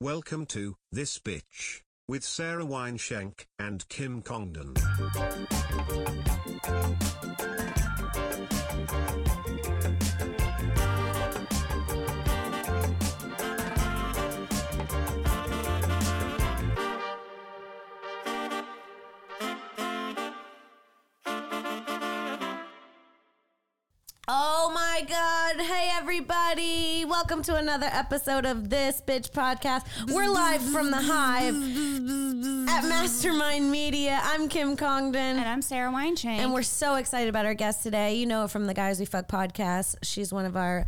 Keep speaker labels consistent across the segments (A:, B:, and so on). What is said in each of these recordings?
A: Welcome to This Bitch with Sarah Wineshank and Kim Congdon.
B: Oh my God. Hey, everybody. Welcome to another episode of This Bitch Podcast. We're live from the Hive at Mastermind Media. I'm Kim
C: And
B: Congdon.
C: I'm Sarah Weinstein.
B: And we're so excited about our guest today. You know her from the Guys We Fuck podcast. She's one of our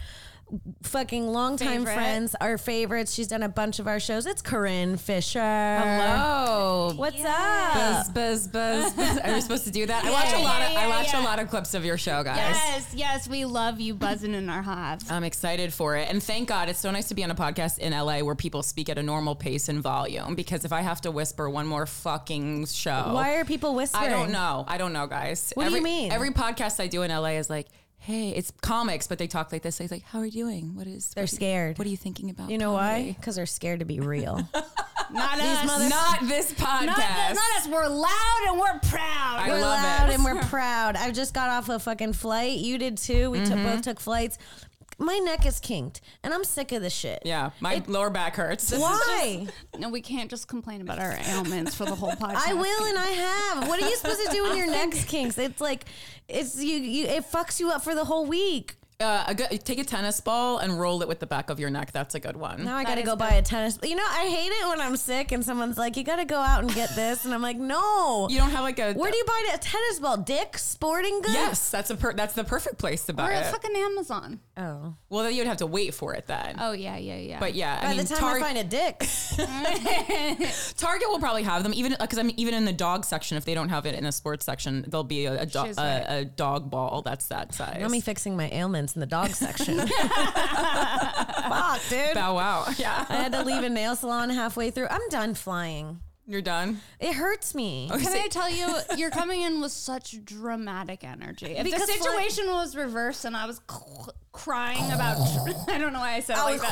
B: fucking longtime
C: Favorite.
B: friends, our favorites. She's done a bunch of our shows. It's Corinne Fisher.
D: Hello.
B: What's
D: Oh, Buzz,
B: up?
D: buzz, buzz, buzz. Are we supposed to do that? I
C: Yeah,
D: watch a lot of
C: yeah,
D: I
C: yeah,
D: watch
C: yeah.
D: a lot of clips of your show, guys.
C: yes, yes, we love you buzzing in our hives.
D: I'm excited for it. And thank God it's so nice to be on a podcast in LA where people speak at a normal pace and volume because if I have to whisper one more fucking show.
B: Why are people whispering?
D: I don't know. I don't know, guys.
B: What do you
D: Every-
B: mean?
D: Every podcast I do in LA is like, hey, it's comics, but they talk like this. It's like, how are you doing? What is
B: They're
D: what are you-
B: scared.
D: What are you thinking about?
B: You know
D: comedy?"
B: why? Because they're scared to be real.
C: Not us.
D: Not this podcast.
C: not, us. not us. We're loud and we're proud.
D: I
B: We're
D: love
B: loud
D: it.
B: and we're proud. I just got off a fucking flight. You did too. We took,
D: Mm-hmm.
B: both took flights. My neck is kinked, and I'm sick of this shit.
D: yeah, my lower back hurts.
B: Why?
C: no, we can't just complain about our ailments for the whole podcast.
B: I will and I have. What are you supposed to do when your neck's kinks? It's like it's you, you. It fucks you up for the whole week.
D: Uh, a good, take a tennis ball and roll it with the back of your neck. That's a good one.
B: Now I
C: That
B: gotta
C: is
B: go
C: good.
B: buy a tennis. You know, I hate it when I'm sick and someone's like, "You gotta go out and get this," and I'm like, "No."
D: You don't have like a
B: Where do you buy a tennis ball? Dick Sporting Goods.
D: Yes, that's a per- that's the perfect place to
C: We're
D: buy
C: at
D: it.
C: fucking Amazon.
B: Oh.
D: well, then you'd have to wait for it then.
C: Oh yeah, yeah, yeah.
D: But yeah,
B: By
D: I mean,
B: the time I
D: Tar-
B: find a dick.
D: Target will probably have them even because I mean, even in the dog section, if they don't have it in the sports section, there'll be a, a, do-
C: She's
D: a, a dog ball that's that size.
B: Not me fixing my ailments in the dog section. Fuck, dude.
D: Bow wow. Yeah,
B: I had to leave a nail salon halfway through. I'm done flying.
D: you're done.
B: It hurts me.
C: Can I tell you, you're coming in with such dramatic energy. If
B: Because
C: the
B: fly-
C: situation was reversed and I was c- crying about, I don't know why I said it like that.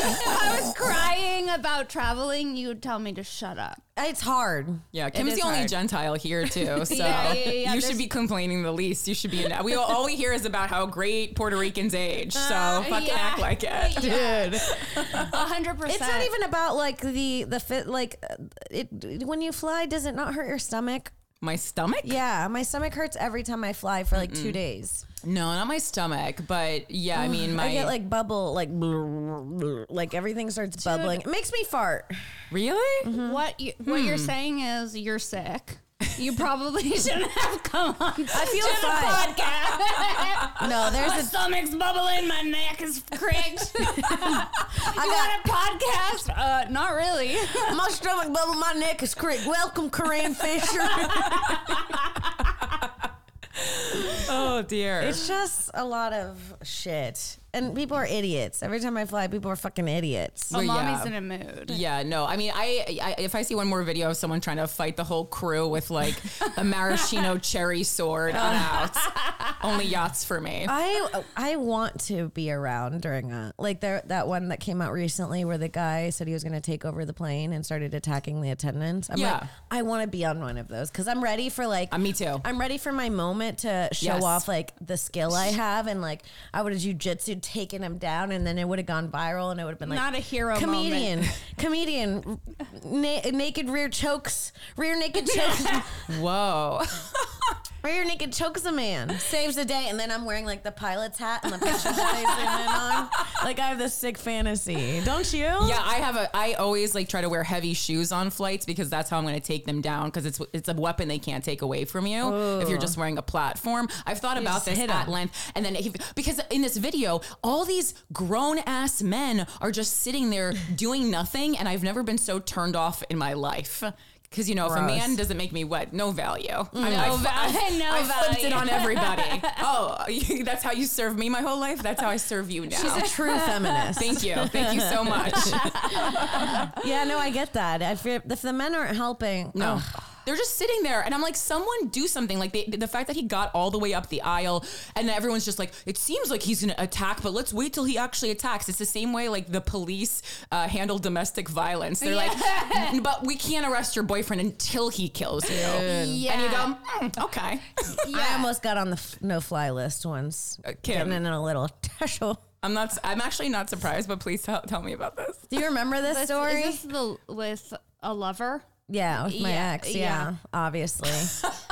C: if I was crying about traveling, you would tell me to shut up.
B: It's hard.
D: Yeah, Kim's
B: is
D: the only
B: hard.
D: Gentile here too, so
C: yeah, yeah,
D: you
C: there's-
D: should be complaining the least. You should be. In, we all, all we hear is about how great Puerto Ricans age, so fucking
C: yeah.
D: act like it,
C: Yeah.
D: dude.
C: A hundred
B: It's
C: percent.
B: not even about like the the fit like uh, it when you fly does it not hurt your stomach?
D: My stomach?
B: Yeah, my stomach hurts every time I fly for like 2 days.
D: No, not my stomach, but yeah, I mean my
B: I get like bubble like like everything starts bubbling. It makes me fart.
D: really.
B: Mm-hmm.
C: what you, what you're saying is you're sick. You probably shouldn't have come on. I
B: feel fine.
C: podcast.
B: No, there's
C: My
B: a
C: stomach's bubbling. My neck is cranked. you
B: I
C: want a podcast? Uh, not really.
B: got my stomach bubble, my neck is crick. Welcome, Corinne Fisher.
D: Oh dear.
B: It's just a lot of shit. And people are idiots. Every time I fly, people are fucking idiots.
C: Well,
D: yeah.
C: mommy's in a mood.
D: yeah, no. I mean, I, I if I see one more video of someone trying to fight the whole crew with like a maraschino cherry sword, I'm out. Only yachts for me.
B: I I want to be around during a like there that one that came out recently where the guy said he was going to take over the plane and started attacking the attendants. I'm
D: Yeah.
B: like, I want to be on one of those because I'm ready for like
D: Uh, me too.
B: I'm ready for my moment to show
D: Yes.
B: off like the skill I have and like I would have jujitsu taken him down and then it would have gone viral and it would have been like
C: Not a hero
B: comedian
C: moment.
B: comedian na- naked rear chokes rear naked chokes
D: Whoa.
B: rear naked chokes a man saves the day and then I'm wearing like the pilot's hat and the pictures that they zoom in on like I have this sick fantasy don't you
D: Yeah, I have a. I always like try to wear heavy shoes on flights because that's how I'm going to take them down because it's it's a weapon they can't take away from you if you're just wearing a platform. I've thought about
B: just
D: this
B: hit
D: at
B: 'em.
D: length, and then if, because in this video, all these grown ass men are just sitting there doing nothing, and I've never been so turned off in my life. Because you know, if a
B: Gross. Mm,
D: man doesn't make me wet, no value. No
C: value, no
D: I flipped it
C: value.
D: on everybody. oh, that's how you serve me my whole life. That's how I serve you now.
B: She's a true feminist.
D: Thank you. Thank you so much.
B: Yeah, no, I get that. I feel if the men aren't helping,
D: No.
B: ugh,
D: They're just sitting there, and I'm like, someone do something. Like the, the fact that he got all the way up the aisle, and everyone's just like, it seems like he's gonna attack, but let's wait till he actually attacks. It's the same way like the police uh, handle domestic violence. They're like, "N- but we can't arrest your boyfriend until he kills you.
C: Yeah.
D: And you go, "Mm, okay.
B: I almost got on the f- no fly list once.
D: Uh, Kim.
B: Getting in a little tussle.
D: I'm not. I'm actually not surprised, but please tell, tell me about this.
B: Do you remember this, story?
C: Is this the with a lover?
B: yeah, with my
C: Yeah,
B: ex. Yeah,
C: yeah.
B: obviously.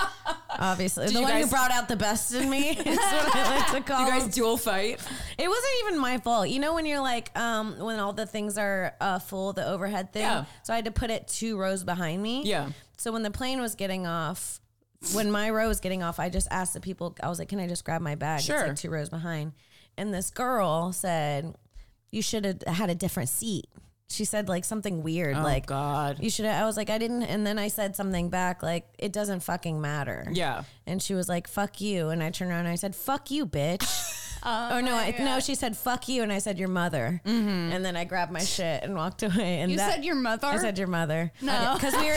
B: obviously. the
D: you
B: one who
D: guys-
B: brought out the best in me is what I like to call
D: You
B: him.
D: guys dual fight.
B: It wasn't even my fault. You know when you're like, um, when all the things are uh, full, the overhead thing.
D: Yeah.
B: So I had to put it two rows behind me.
D: Yeah.
B: So when the plane was getting off, when my row was getting off, I just asked the people. I was like, "Can I just grab my bag?" It's
D: Sure.
B: like two rows behind. And this girl said, "You should have had a different seat." She said like something weird, like
D: Oh, God.
B: you should. I was like, I didn't. And then I said something back, like it doesn't fucking matter.
D: Yeah.
B: And she was like, "Fuck you," and I turned around and I said, "Fuck you, bitch." Oh no! I, no, she said "fuck you," and I said "your mother," and then I grabbed my shit and walked away. And
C: Mm-hmm. You
B: that,
C: said your mother.
B: I said your mother.
C: No.
B: because we were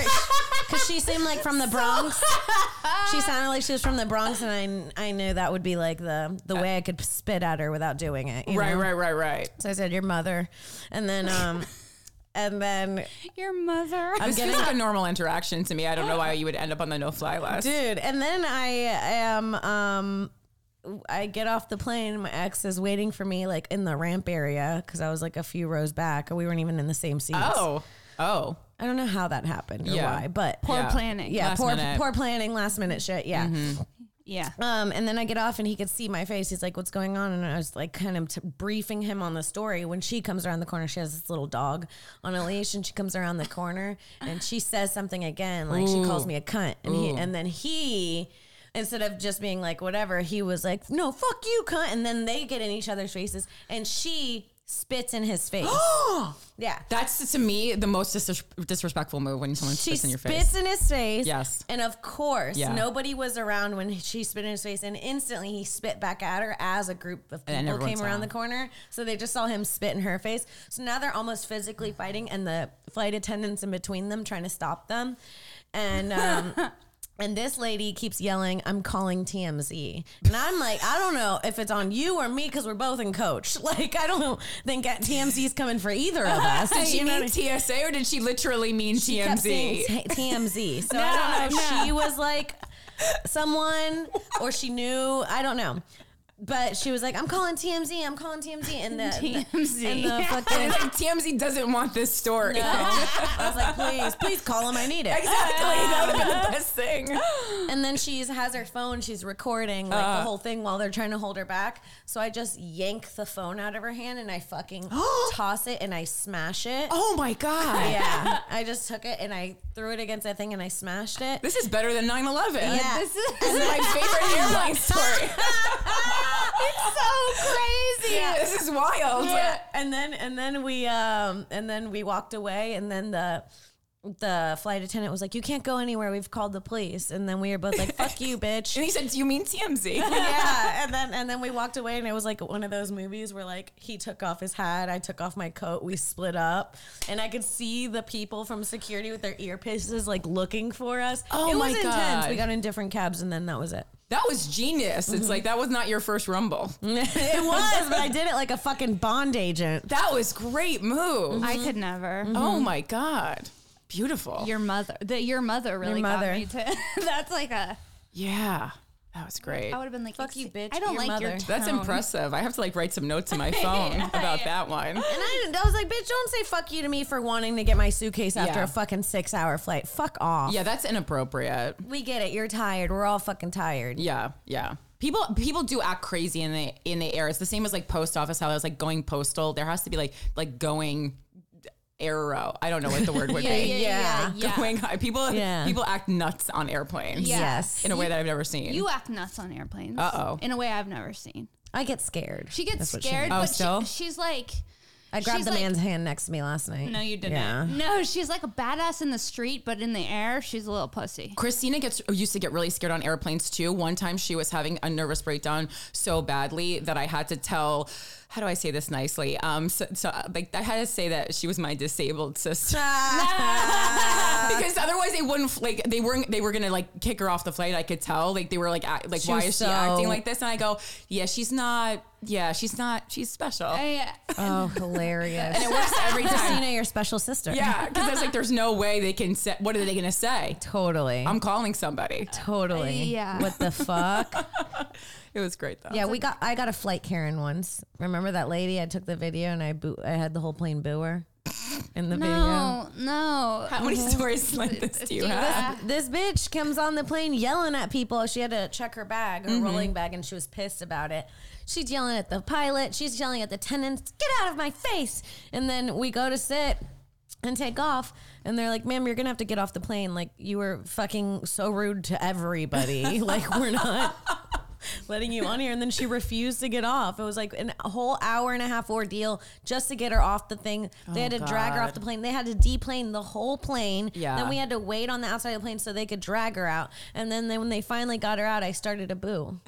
B: because she seemed like from the Bronx. she sounded like she was from the Bronx, and I I knew that would be like the the
C: Uh,
B: way I could spit at her without doing it. you
D: Right,
B: know?
D: right, right, right.
B: So I said your mother, and then um, and then
C: your mother.
D: This feels like a normal interaction to me. I don't know why you would end up on the no-fly list.
B: dude. And then I am um. I get off the plane. My ex is waiting for me, like in the ramp area, because I was like a few rows back, and we weren't even in the same seats.
D: Oh, oh,
B: I don't know how that happened or
D: Yeah.
B: why, but
C: Poor
D: Yeah.
C: planning.
B: yeah,
D: Last
B: poor
D: minute. Mm-hmm.
B: poor planning, last minute shit. Yeah.
C: Yeah.
B: Um, and then I get off and he could see my face. He's like, "What's going on?" And I was like, kind of t- briefing him on the story. When she comes around the corner, she has this little dog on a leash, and she comes around the corner and she says something again, like she calls me a cunt, and he, and then he. Instead of just being like whatever, he was like, "No, fuck you, cunt!" And then they get in each other's faces, and she spits in his face. yeah,
D: that's to me the most dis- disrespectful move when someone
B: she
D: spits in your
B: spits
D: face.
B: in his face.
D: Yes.
B: And of course,
D: Yeah.
B: nobody was around when she spit in his face, and instantly he spit back at her as a group of
D: And
B: people
D: everyone
B: came
D: saw.
B: around the corner. So they just saw him spit in her face. So now they're almost physically fighting, and the flight attendants in between them trying to stop them. And um, And this lady keeps yelling, I'm calling TMZ. And I'm like, I don't know if it's on you or me because we're both in coach. Like, I don't think that TMZ's coming for either of us.
D: Did she
B: You know what I-
D: mean TSA or did she literally mean
B: kept saying
D: TMZ?
B: T- TMZ. So I don't know if
C: No, no.
B: she was like someone or she knew. I don't know. But she was like, I'm calling TMZ. I'm calling TMZ. And the,
C: TMZ.
B: And the
D: And
B: fucking.
D: it's like TMZ doesn't want this story.
B: I was like, please, please call him. I need it.
D: Exactly. That would have been the best thing.
B: And then she's has her phone. She's recording like
D: Uh-huh.
B: the whole thing while they're trying to hold her back. So I just yank the phone out of her hand and I fucking toss it and I smash it.
D: Oh my God.
B: Yeah, I just took it and I threw it against that thing and I smashed it.
D: This is better than 9 11.
B: Yeah.
D: This is this is my favorite airline story.
B: it's so crazy.
D: This is wild.
B: Yeah. And then and then we um and then we walked away and then the the flight attendant was like, "You can't go anywhere. We've called the police." And then we were both like, "Fuck you, bitch."
D: And he said, Do you mean TMZ?
B: yeah. And then and then we walked away and it was like one of those movies where like he took off his hat, I took off my coat, we split up, and I could see the people from security with their earpieces like looking for us.
D: Oh
B: it
D: my
B: was intense.
D: God.
B: We got in different cabs and then that was it.
D: That was genius.
B: Mm-hmm.
D: It's like, that was not your first Rumble.
B: it was, but I did it like a fucking bond agent.
D: That was great move.
C: I could never.
B: Mm-hmm.
D: Oh my God. Beautiful.
C: Your mother. The, Oh. your mother really
B: mother.
C: got me to. that's like a.
D: yeah. That was great.
C: I would have been like,
B: Fuck you,
C: "Excuse-
B: bitch,
C: I don't
B: your
C: like your
B: mother."
C: tone.
D: That's impressive. I have to like write some notes in my phone about that one.
B: And I, didn't- I was like, bitch, don't say fuck you to me for wanting to get my suitcase after
D: Yeah.
B: a fucking six hour flight. Fuck off.
D: Yeah, that's inappropriate.
B: We get it. You're tired. We're all fucking tired.
D: Yeah, yeah. People people do act crazy in the in the air. It's the same as like post office. How I was like going postal. There has to be like like going arrow. I don't know what the word would
C: Yeah,
D: be.
C: yeah, yeah,
B: Yeah.
C: yeah.
D: Going high. people
B: Yeah.
D: people act nuts on airplanes.
C: Yeah.
B: Yes.
D: in a way that I've never seen.
C: You act nuts on airplanes.
D: Uh-oh.
C: In a way I've never seen.
B: I get scared.
C: She gets
B: That's what
C: scared,
D: Oh,
C: but
D: still?
C: she, she's like,
B: I grabbed
C: She's
B: the
C: like-
B: man's hand next to me last night.
C: No, you didn't.
B: Yeah.
C: No, she's like a badass in the street, but in the air, she's a little pussy.
D: Christina gets used to get really scared on airplanes too. One time she was having a nervous breakdown so badly that I had to tell. How do I say this nicely? Um, so, so uh, like I had to say that she was my disabled sister because otherwise they wouldn't f- like they weren't they were gonna like kick her off the flight. I could tell like they were like act, like
B: She
D: why
B: was
D: is she
B: so-
D: acting like this? And I go, yeah, she's not. Yeah, she's not. She's special.
C: I,
B: Oh, hilarious.
D: and it works every time.
B: Christina, your special sister.
D: Yeah, because that's like there's no way they can say. What are they gonna say?
B: Totally.
D: I'm calling somebody.
B: totally.
C: Yeah.
B: What the fuck?
D: It was great though.
B: yeah, we got I got a flight Karen once. Remember that lady I took the video and I boo I had the whole plane boo her in the video.
C: no, oh, no.
D: How many stories like this Mm-hmm. do you have?
B: This bitch comes on the plane yelling at people. She had to check her bag, her rolling bag, and she was pissed about it. She's yelling at the pilot. She's yelling at the tenants, get out of my face. And then we go to sit and take off. And they're like, ma'am, you're going to have to get off the plane. Like, you were fucking so rude to everybody. like, we're not. Letting you on here, and then she refused to get off. It was like an- a whole hour and a half ordeal just to get her off the thing. They had to drag her
D: God.
B: off the plane. They had to deplane the whole plane.
D: Yeah.
B: Then we had to wait on the outside of the plane so they could drag her out. And then they, when they finally got her out, I started a boo.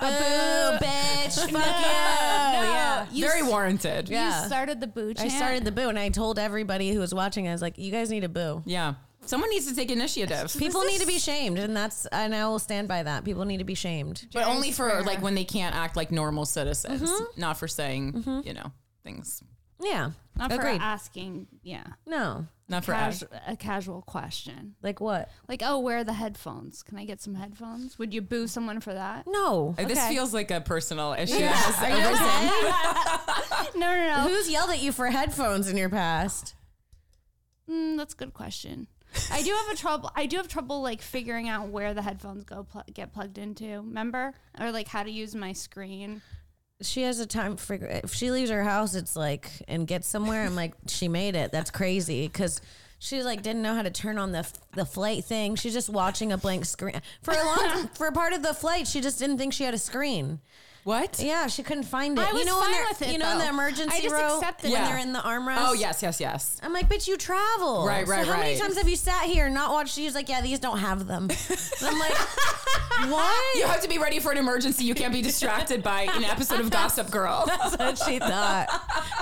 B: a boo, bitch. Fuck you. Yeah. You
D: Very warranted.
C: You
B: Yeah.
C: started the boo
B: I
C: chant.
B: started the boo and I told everybody who was watching, I was like, you guys need a boo.
D: Yeah. Someone needs to take initiative.
B: People need to be shamed. And that's, and I will stand by that. People need to be shamed.
D: but only for
C: Fair.
D: like when they can't act like normal citizens, not for saying, you know, things.
B: Yeah.
C: Not for
B: Agreed.
C: asking, yeah,
B: no.
D: Not Oh, for us.
C: casu- a casual question.
B: Like what?
C: Like, oh, where are the headphones? Can I get some headphones? Would you boo someone for that?
B: No.
D: Like, This
C: Okay.
D: feels like a personal issue.
B: Are you okay?
C: No, no,
B: Who's yelled at you for headphones in your past?
C: no. Mm, that's a good question. I do have a trouble. I do have trouble like figuring out where the headphones go pl- get plugged into. Remember, or like how to use my screen.
B: she has a time for if she leaves her house it's like and gets somewhere i'm like she made it that's crazy because she like didn't know how to turn on the f- the flight thing she's just watching a blank screen for a long for a part of the flight she just didn't think she had a screen
D: What?
B: yeah she couldn't find it
C: I was
B: you know when
C: fine
B: they're-
C: with it,
B: you know in the
C: though.
B: emergency
C: I just
B: row
C: accepted
B: when
D: it.
B: they're in the armrest
D: Oh, yes, yes, yes.
B: I'm like, bitch, you travel.
D: Right,
B: So
D: right,
B: How many
D: right.
B: times have you sat here and not watched? She's like, yeah, these don't have them. And I'm like, what?
D: You have to be ready for an emergency. You can't be distracted by an episode of Gossip Girl.
B: That's what she thought.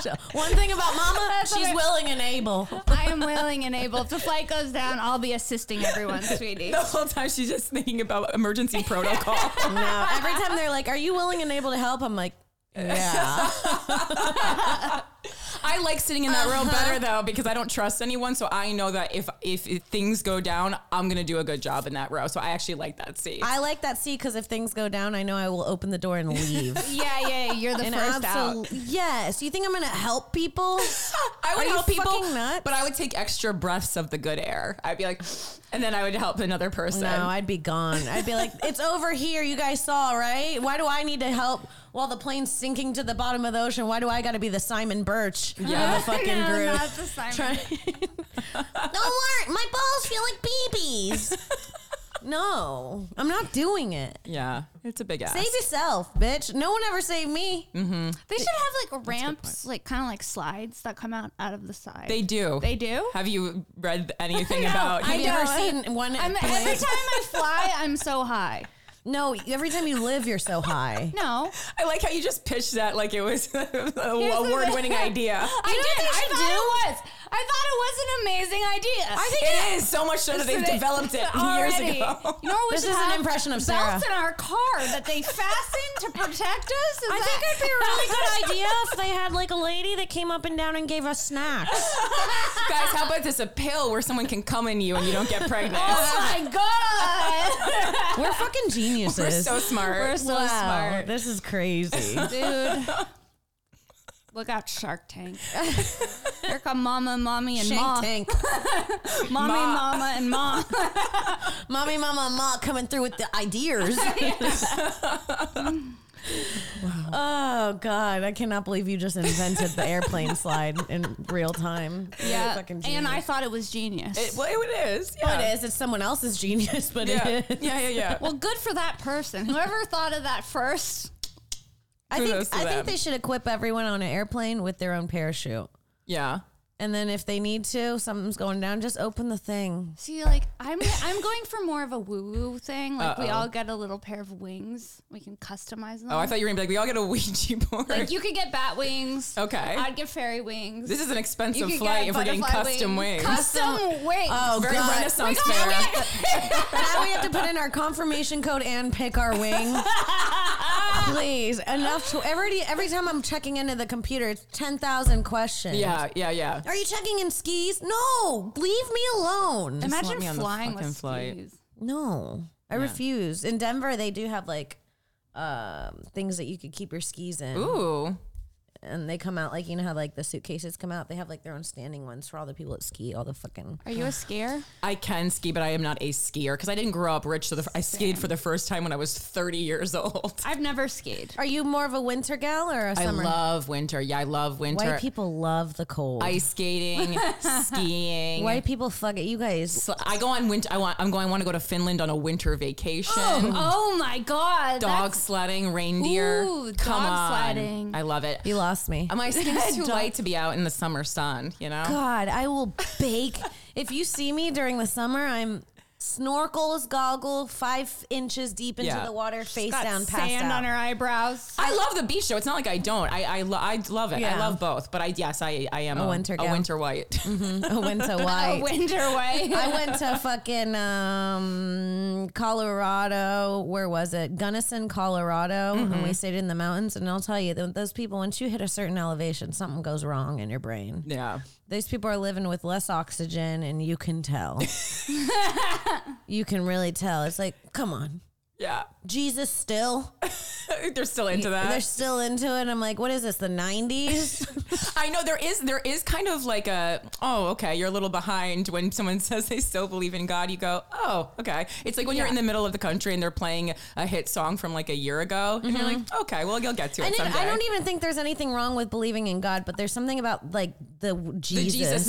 B: So, one thing about Mama, she's willing and able.
C: I am willing and able. If the flight goes down, I'll be assisting everyone, sweetie.
D: the whole time she's just thinking about emergency protocol.
B: No, every time they're like, "Are you willing and able to help?" I'm like, "Yeah."
D: I like sitting in that row better though because I don't trust anyone. So I know that if, if if things go down, I'm gonna do a good job in that row. So I actually like that seat.
B: I like that seat because if things go down, I know I will open the door and leave.
C: Yeah, yeah, you're the
B: and
C: first
B: absol-
C: out.
B: yes, you think I'm gonna help people?
D: I
B: Are
D: would
B: you
D: help people,
B: fucking nuts?
D: but I would take extra breaths of the good air. I'd be like, and then I would help another person.
B: No, I'd be gone. I'd be like, "It's over here. You guys saw, right? Why do I need to help while the plane's sinking to the bottom of the ocean? Why do I got to be the Simon Birch
D: Yeah.
B: of the fucking
C: No,
B: group?"
C: not the Simon.
B: Don't worry, my balls feel like BBs. no, I'm not doing it.
D: yeah, it's a big ass.
B: Save yourself, bitch. No one ever saved me.
C: They should have like ramps, like kind of like slides that come out out of the side.
D: They do.
C: They do?
D: Have you read anything
C: No,
D: about?
B: Have
C: I
B: you ever
C: know.
B: seen one?
C: I'm,
B: plane-
C: every time I fly, I'm so high.
B: no, every time you live, you're so high.
C: No,
D: I like how you just pitched that like it was a
C: the-
D: award-winning idea.
C: I
B: know what they
C: did. I
B: should
C: thought it was. I thought it was an amazing idea. I
D: it is so much so that they've developed it years ago.
C: You know what we
B: This
C: should
B: is an
C: have?
B: impression of Sarah.
C: Belts in our car that they fasten to protect us. Is
B: I
C: that-
B: think it'd be a really good idea if they had like a lady that came up and down and gave us snacks.
D: Guys, how about this? A pill where someone can come in you and you don't get pregnant.
C: Oh my god!
B: We're fucking geniuses.
D: We're so smart.
C: We're so smart,
B: This is crazy.
C: dude. Oh Look out, Shark Tank. Here come Mama, Mommy, and
B: Shank
C: Ma.
B: tank.
C: Mommy,
D: Ma.
C: Mama, and Ma.
B: Mommy, mama, and ma coming through with the ideas. Oh God, I cannot believe you just invented the airplane slide in real time. You're
C: Yeah,
B: fucking
C: and
B: genius.
C: I thought it was genius.
D: It, well, it is. Yeah.
B: Well, Oh, it is. It's someone else's genius, but
D: Yeah.
B: it is.
D: yeah, yeah, yeah.
C: well, good for that person. Whoever thought of that first.
B: I think
D: Kudos to
B: I
D: them.
B: think they should equip everyone on an airplane with their own parachute.
D: yeah.
B: And then if they need to, something's going down, just open the thing.
C: See, like I'm, I'm going for more of a woo woo thing. Like we
D: Uh-oh.
C: all get a little pair of wings. We can customize them.
D: Oh, I thought you were gonna be like, we all get a Ouija board.
C: like you could get bat wings.
D: Okay.
C: I'd get fairy wings.
D: this is an expensive
C: could
D: flight
C: get
D: if we're getting
C: butterfly
D: custom wings.
C: wings. Custom Oh wings.
B: Oh,
D: Very
B: God.
D: Renaissance
C: We
D: fair.
C: gotta
B: now we have to put in our confirmation code and pick our wing. Please, enough. To, every every time I'm checking into the computer, it's ten thousand questions.
D: Yeah, yeah, yeah.
B: Are you checking in skis? No, leave me alone.
D: let
C: Imagine
D: me on the
C: flying
D: fucking
C: with
D: flight.
C: skis.
B: No, I refuse. In Denver, they do have like um, things that you could keep your skis in,
D: Ooh.
B: and they come out like you know how like the suitcases come out. They have like their own standing ones for all the people that ski. All the fucking
C: Are you a skier?
D: I can ski, but I am not a skier because I didn't grow up rich. So the, I skied for the first time when I was 30 years old.
C: I've never skied.
B: Are you more of a winter gal or a
D: I
B: summer?
D: love winter. Yeah, I love winter.
B: White people love the cold.
D: Ice skating, skiing.
B: White people fuck it. You guys.
D: So I go on winter. I want. I'm going. Want to go to Finland on a winter vacation.
C: Oh my god.
D: Dog
C: that's-
D: sledding, reindeer.
C: Ooh,
D: Come
C: dog
D: on.
C: sledding.
D: I love it.
B: You lost me. Oh
D: My skin's too light to be out in the summer sun. You know.
B: God, I will bake. if you see me during the summer, I'm snorkels, goggle, five inches deep into
D: Yeah.
B: the water, face
C: got
B: down, passed
C: sand
B: out.
C: on her eyebrows.
D: I love the beach show. It's not like I don't. I I, lo- I love it.
B: Yeah.
D: I love both. But I yes, I I am a,
B: winter
D: a
B: gal.
D: winter white.
B: I went to Hawaii.
C: Winter way.
B: I went to fucking um, Colorado. Where was it? Gunnison, Colorado, and we stayed in the mountains. And I'll tell you, th- those people, once you hit a certain elevation, something goes wrong in your brain.
D: yeah.
B: These people are living with less oxygen, and you can tell. you can really tell. It's like, come on,
D: Yeah.
B: Jesus, still.
D: They're still into that.
B: They're still into it. I'm like, what is this? The 90s?
D: I know there is there is kind of like a oh okay you're a little behind when someone says they still believe in God you go oh okay it's like when you're in the middle of the country and they're playing a hit song from like a year ago and you're like okay well you'll get to it
B: Mm-hmm. And then
D: someday
B: I don't even think there's anything wrong with believing in God, but there's something about like the w- Jesus.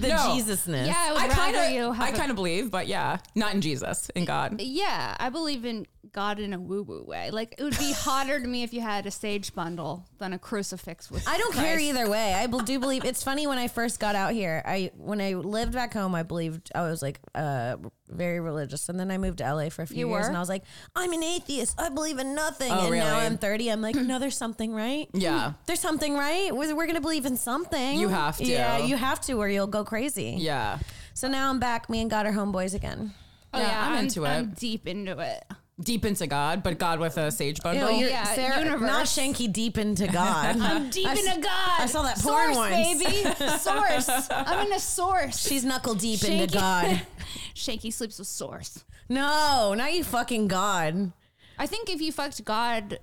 B: the
D: No.
B: Jesusness.
C: yeah, I would
D: I
C: rather
D: kind
C: you
D: of
C: have
D: I
C: a-
D: kind of believe but yeah not in Jesus in God
C: Yeah, I believe in God in a woo woo way. Like it would be hotter to me if you had a sage bundle than a crucifix with.
B: I don't care
C: Christ.
B: either way. I bel- do believe it's funny when I first got out here. I when I lived back home, I believed I was like uh, very religious, and then I moved to LA for a few
C: You
B: years,
C: were?
B: and I was like, I'm an atheist. I believe in nothing.
D: Oh,
B: and now
D: really?
B: I'm 30. I'm like, no, there's something right.
D: yeah
B: There's something right. We're, we're gonna believe in something.
D: You have to.
B: Yeah, you have to, or you'll go crazy.
D: yeah
B: So now I'm back. Me and God are homeboys again.
C: Oh,
D: Yeah, I'm
C: I'm,
D: into it.
C: I'm deep into it.
D: deep into God but God with a sage bundle
C: you're- yeah, universe.
B: not Shanky deep into God.
C: I'm deep
B: I
C: into
B: s-
C: God.
B: I saw that porn
C: source,
B: once.
C: baby. Source. I'm in a source.
B: She's knuckle deep
C: Shanky-
B: into God.
C: Shanky sleeps with source.
B: No, not you fucking God.
C: I think if you fucked God,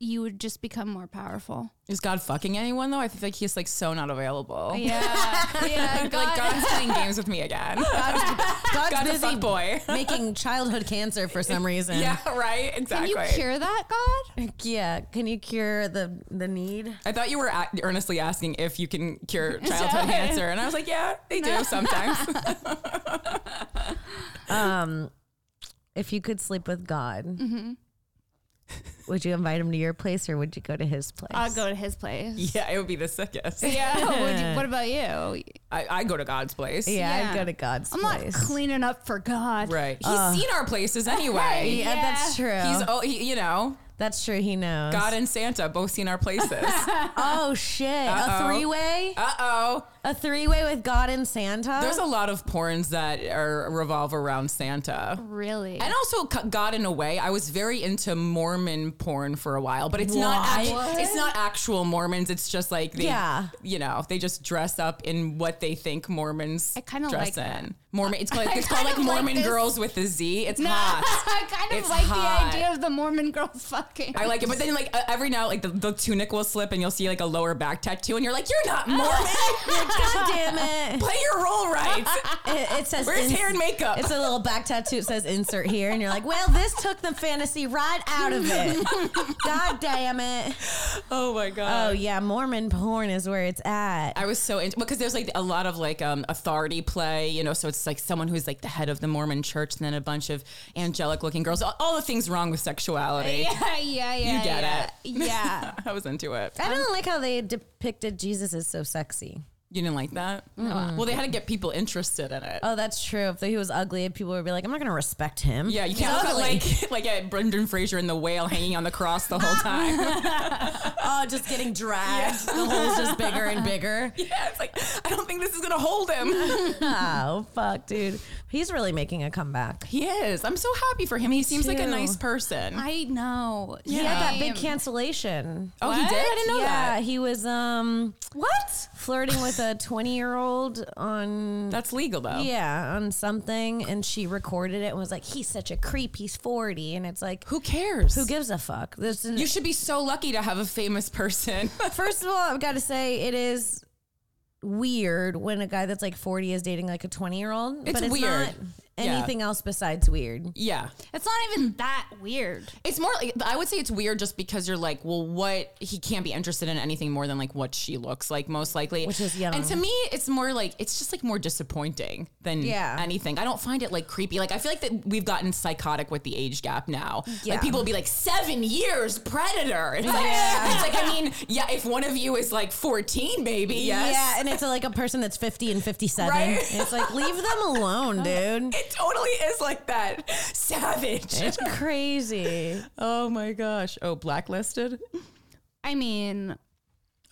C: you would just become more powerful.
D: is God fucking anyone though I feel like he's like so not available
C: Oh, Yeah, yeah. God,
D: like God's playing games with me again
B: God's
D: God's a
B: busy
D: fuck boy
B: making childhood cancer for some reason.
D: yeah right exactly
C: you cure that, God?
B: Yeah. Can you cure the the need?
D: I thought you were a earnestly asking if you can cure childhood cancer, and I was like, yeah, they do sometimes.
B: Um, if you could sleep with God, would you invite him to your place or would you go to his place?
C: I'll go to his place.
D: yeah, it would be the sickest.
C: Yeah. would you- what about you?
D: I, I go to God's place.
B: yeah,
C: yeah.
B: I'd go to God's
C: I'm not
B: place.
C: cleaning up for God.
D: right. He's seen our places anyway.
B: yeah, that's true.
D: He's oh, he, you know,
B: that's true. He knows.
D: God and Santa both seen our places. uh
B: Oh shit! A
D: Uh-oh.
B: three way,
D: oh,
B: a three way with God and Santa.
D: there's a lot of porns that are revolve around Santa.
C: Really?
D: And also, c- God in a way, I was very into Mormon porn for a while, but it's not
B: What?
D: act- it's not actual Mormons. It's just like they,
B: Yeah.
D: you know, they just dress up in what they think Mormons
C: I kinda
D: dress
C: like that.
D: in. Mormon. It's called, it's called
C: kinda
D: like
C: like
D: Mormon
C: this.
D: girls with a Z. It's hot.
C: I kind of
D: It's
C: like
D: hot.
C: the idea of the Mormon girls fucking.
D: I like it, but then like uh, every now, like the, the tunic will slip, and you'll see like a lower back tattoo, and you're like, you're not Mormon.
B: God damn it!
D: Play your role right. right.
B: It, it says
D: Where's
B: ins-
D: hair and makeup?
B: It's a little back tattoo. It says insert here, and you're like, well, this took the fantasy right out of it. God damn it!
D: oh my god.
B: Oh yeah, Mormon porn is where it's at.
D: Oh, I was so into because there's like a lot of like um, authority play, you know. So it's like someone who's like the head of the Mormon Church, and then a bunch of angelic-looking girls. All, all the things wrong with sexuality.
C: yeah, yeah, yeah.
D: You get
C: yeah.
D: it.
C: Yeah.
D: I was into it.
B: I don't like how they depicted Jesus as so sexy.
D: You didn't like that? Well, they had to get people interested in it.
B: Oh, that's true. If he was ugly, people would be like, I'm not going to respect him.
D: Yeah, you
B: He's
D: can't look
B: ugly.
D: at like like at Brendan Fraser and the whale hanging on the cross the whole time.
B: oh, just getting dragged. The hole's just bigger and bigger.
D: yeah, it's like I don't think this is gonna hold him.
B: Oh, fuck, dude. He's really making a comeback.
D: he is. I'm so happy for him. He seems like a
B: too.
D: nice person.
C: I know.
B: He had that big
C: Same.
B: cancellation.
D: oh, he did. I didn't know
B: yeah,
D: that.
B: he was um
D: What?
B: flirting with a 20 year old on
D: That's legal though.
B: yeah on something, and she recorded it and was like, "He's such a creep. He's 40," and it's like,
D: Who cares?
B: who gives a fuck? This is
D: You should be so lucky to have a famous person.
B: First of all, I've got to say it is weird when a guy that's like 40 is dating like a 20 year old.
D: It's
B: but it's
D: weird.
B: Not
D: Yeah.
B: anything else besides weird.
D: yeah.
C: It's not even that weird.
D: It's more like I would say it's weird just because you're like, well, what he can't be interested in anything more than like what she looks like, most likely.
B: Which is young.
D: And to me, it's more like it's just like more disappointing than
B: Yeah.
D: anything. I don't find it like creepy. Like I feel like that we've gotten psychotic with the age gap now.
B: Yeah.
D: Like people will be like seven years predator. It's like,
B: Yeah.
D: it's like I mean, yeah, if one of you is like 14, maybe yes.
B: Yeah, and it's like a person that's 50 and 57.
D: Right.
B: And it's like, leave them alone, dude.
D: It totally is like that. Savage.
B: It's crazy.
D: Oh my gosh. Oh, blacklisted?
C: I mean,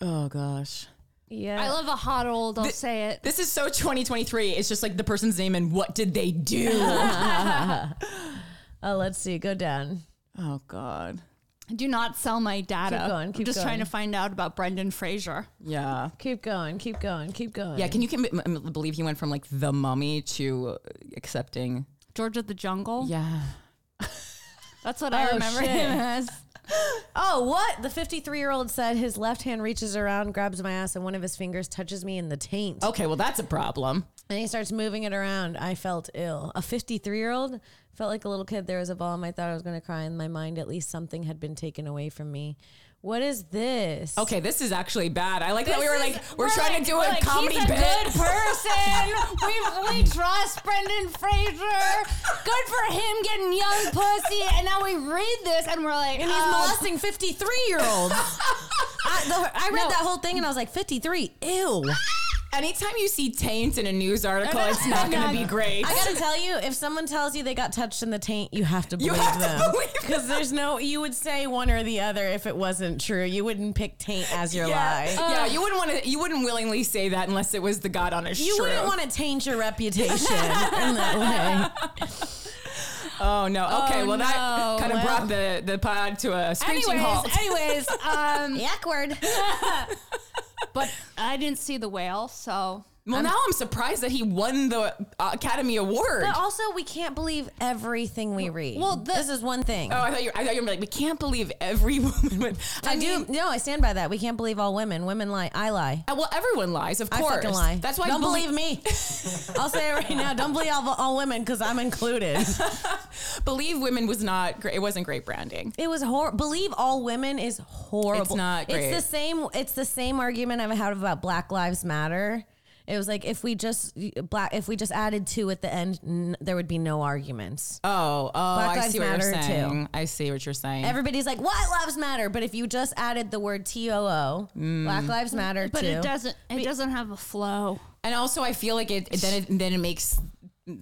D: Oh gosh.
B: Yeah.
C: I love a hot old. I'll say it.
D: This is so 2023. It's just like the person's name and what did they do?
B: oh, let's see. Go down.
D: oh God.
C: Do not sell my data.
B: Keep going,
C: I'm
B: keep
C: just
B: going.
C: trying to find out about Brendan Fraser.
D: Yeah.
B: Keep going. Keep going. Keep going.
D: Yeah. Can you can, m- believe he went from like the mummy to accepting?
C: George of the Jungle.
D: Yeah.
C: That's what
B: Oh,
C: I remember
B: shit.
C: him as.
B: Oh, what? The 53 year old said his left hand reaches around, grabs my ass, and one of his fingers touches me in the taint.
D: Okay. Well, that's a problem.
B: And he starts moving it around. I felt ill. A 53 year old felt like a little kid. There was a bomb. I thought I was going to cry. In my mind, at least something had been taken away from me. What is this?
D: Okay. This is actually bad. I like that we
C: This
D: were
C: is-
D: like, we're, trying
C: like-
D: to do a
C: we're like,
D: comedy
C: he's a
D: bit.
C: good person. we, we trust Brendan Fraser. Good for him getting young pussy. And now we read this and we're like,
B: And he's
C: uh,
B: molesting 53 year olds. I, the, I read
C: No.
B: that whole thing and I was like, 53? Ew.
D: Anytime you see taint in a news article, it's not
C: no,
D: going to
C: no.
D: be great.
B: I gotta tell you, if someone tells you they got touched in the taint, you have to believe
D: have to
B: them.
D: believe
B: Because there's no, you would say one or the other if it wasn't true. You wouldn't pick taint as your lie.
D: yeah, you wouldn't want to. You wouldn't willingly say that unless it was the God on a
B: you wouldn't want to taint your reputation in that way.
D: Oh no. Okay.
C: Oh,
D: well, that
C: no.
D: kind of
B: Well-
D: brought the the pod to a screeching halt.
C: anyways, anyways, um,
B: Awkward.
C: but I didn't see the whale, so
D: Well, now I'm surprised that he won the uh, Academy Award.
B: But also, we can't believe everything we read.
C: Well, the-
B: this is one thing.
D: oh, I thought you. Were, I thought you were like, we can't believe every woman. Would,
B: I, do. No, I stand by that. We can't believe all women. Women lie. I lie.
D: uh, Well, everyone lies, of
B: I
D: course.
B: fucking lie.
D: That's why.
B: Don't
D: belie-
B: believe me. I'll say it right now. Don't believe all, all women because I'm included.
D: Believe women was not. Great, it wasn't great branding.
B: It was horrible. Believe all women is horrible.
D: It's not great.
B: It's the same. It's the same argument I've had about Black Lives Matter. It was like if we just black if we just added two at the end, n- there would be no arguments.
D: Oh, oh,
B: Black
D: I
B: Lives
D: see what you're
B: Matter, too.
D: saying. I see what you're saying.
B: Everybody's like, "White lives matter," but if you just added the word "too,"
D: Mm.
B: Black Lives Matter
C: but
B: too.
C: it doesn't it doesn't have a flow.
D: and also, I feel like it. Then it. Then it makes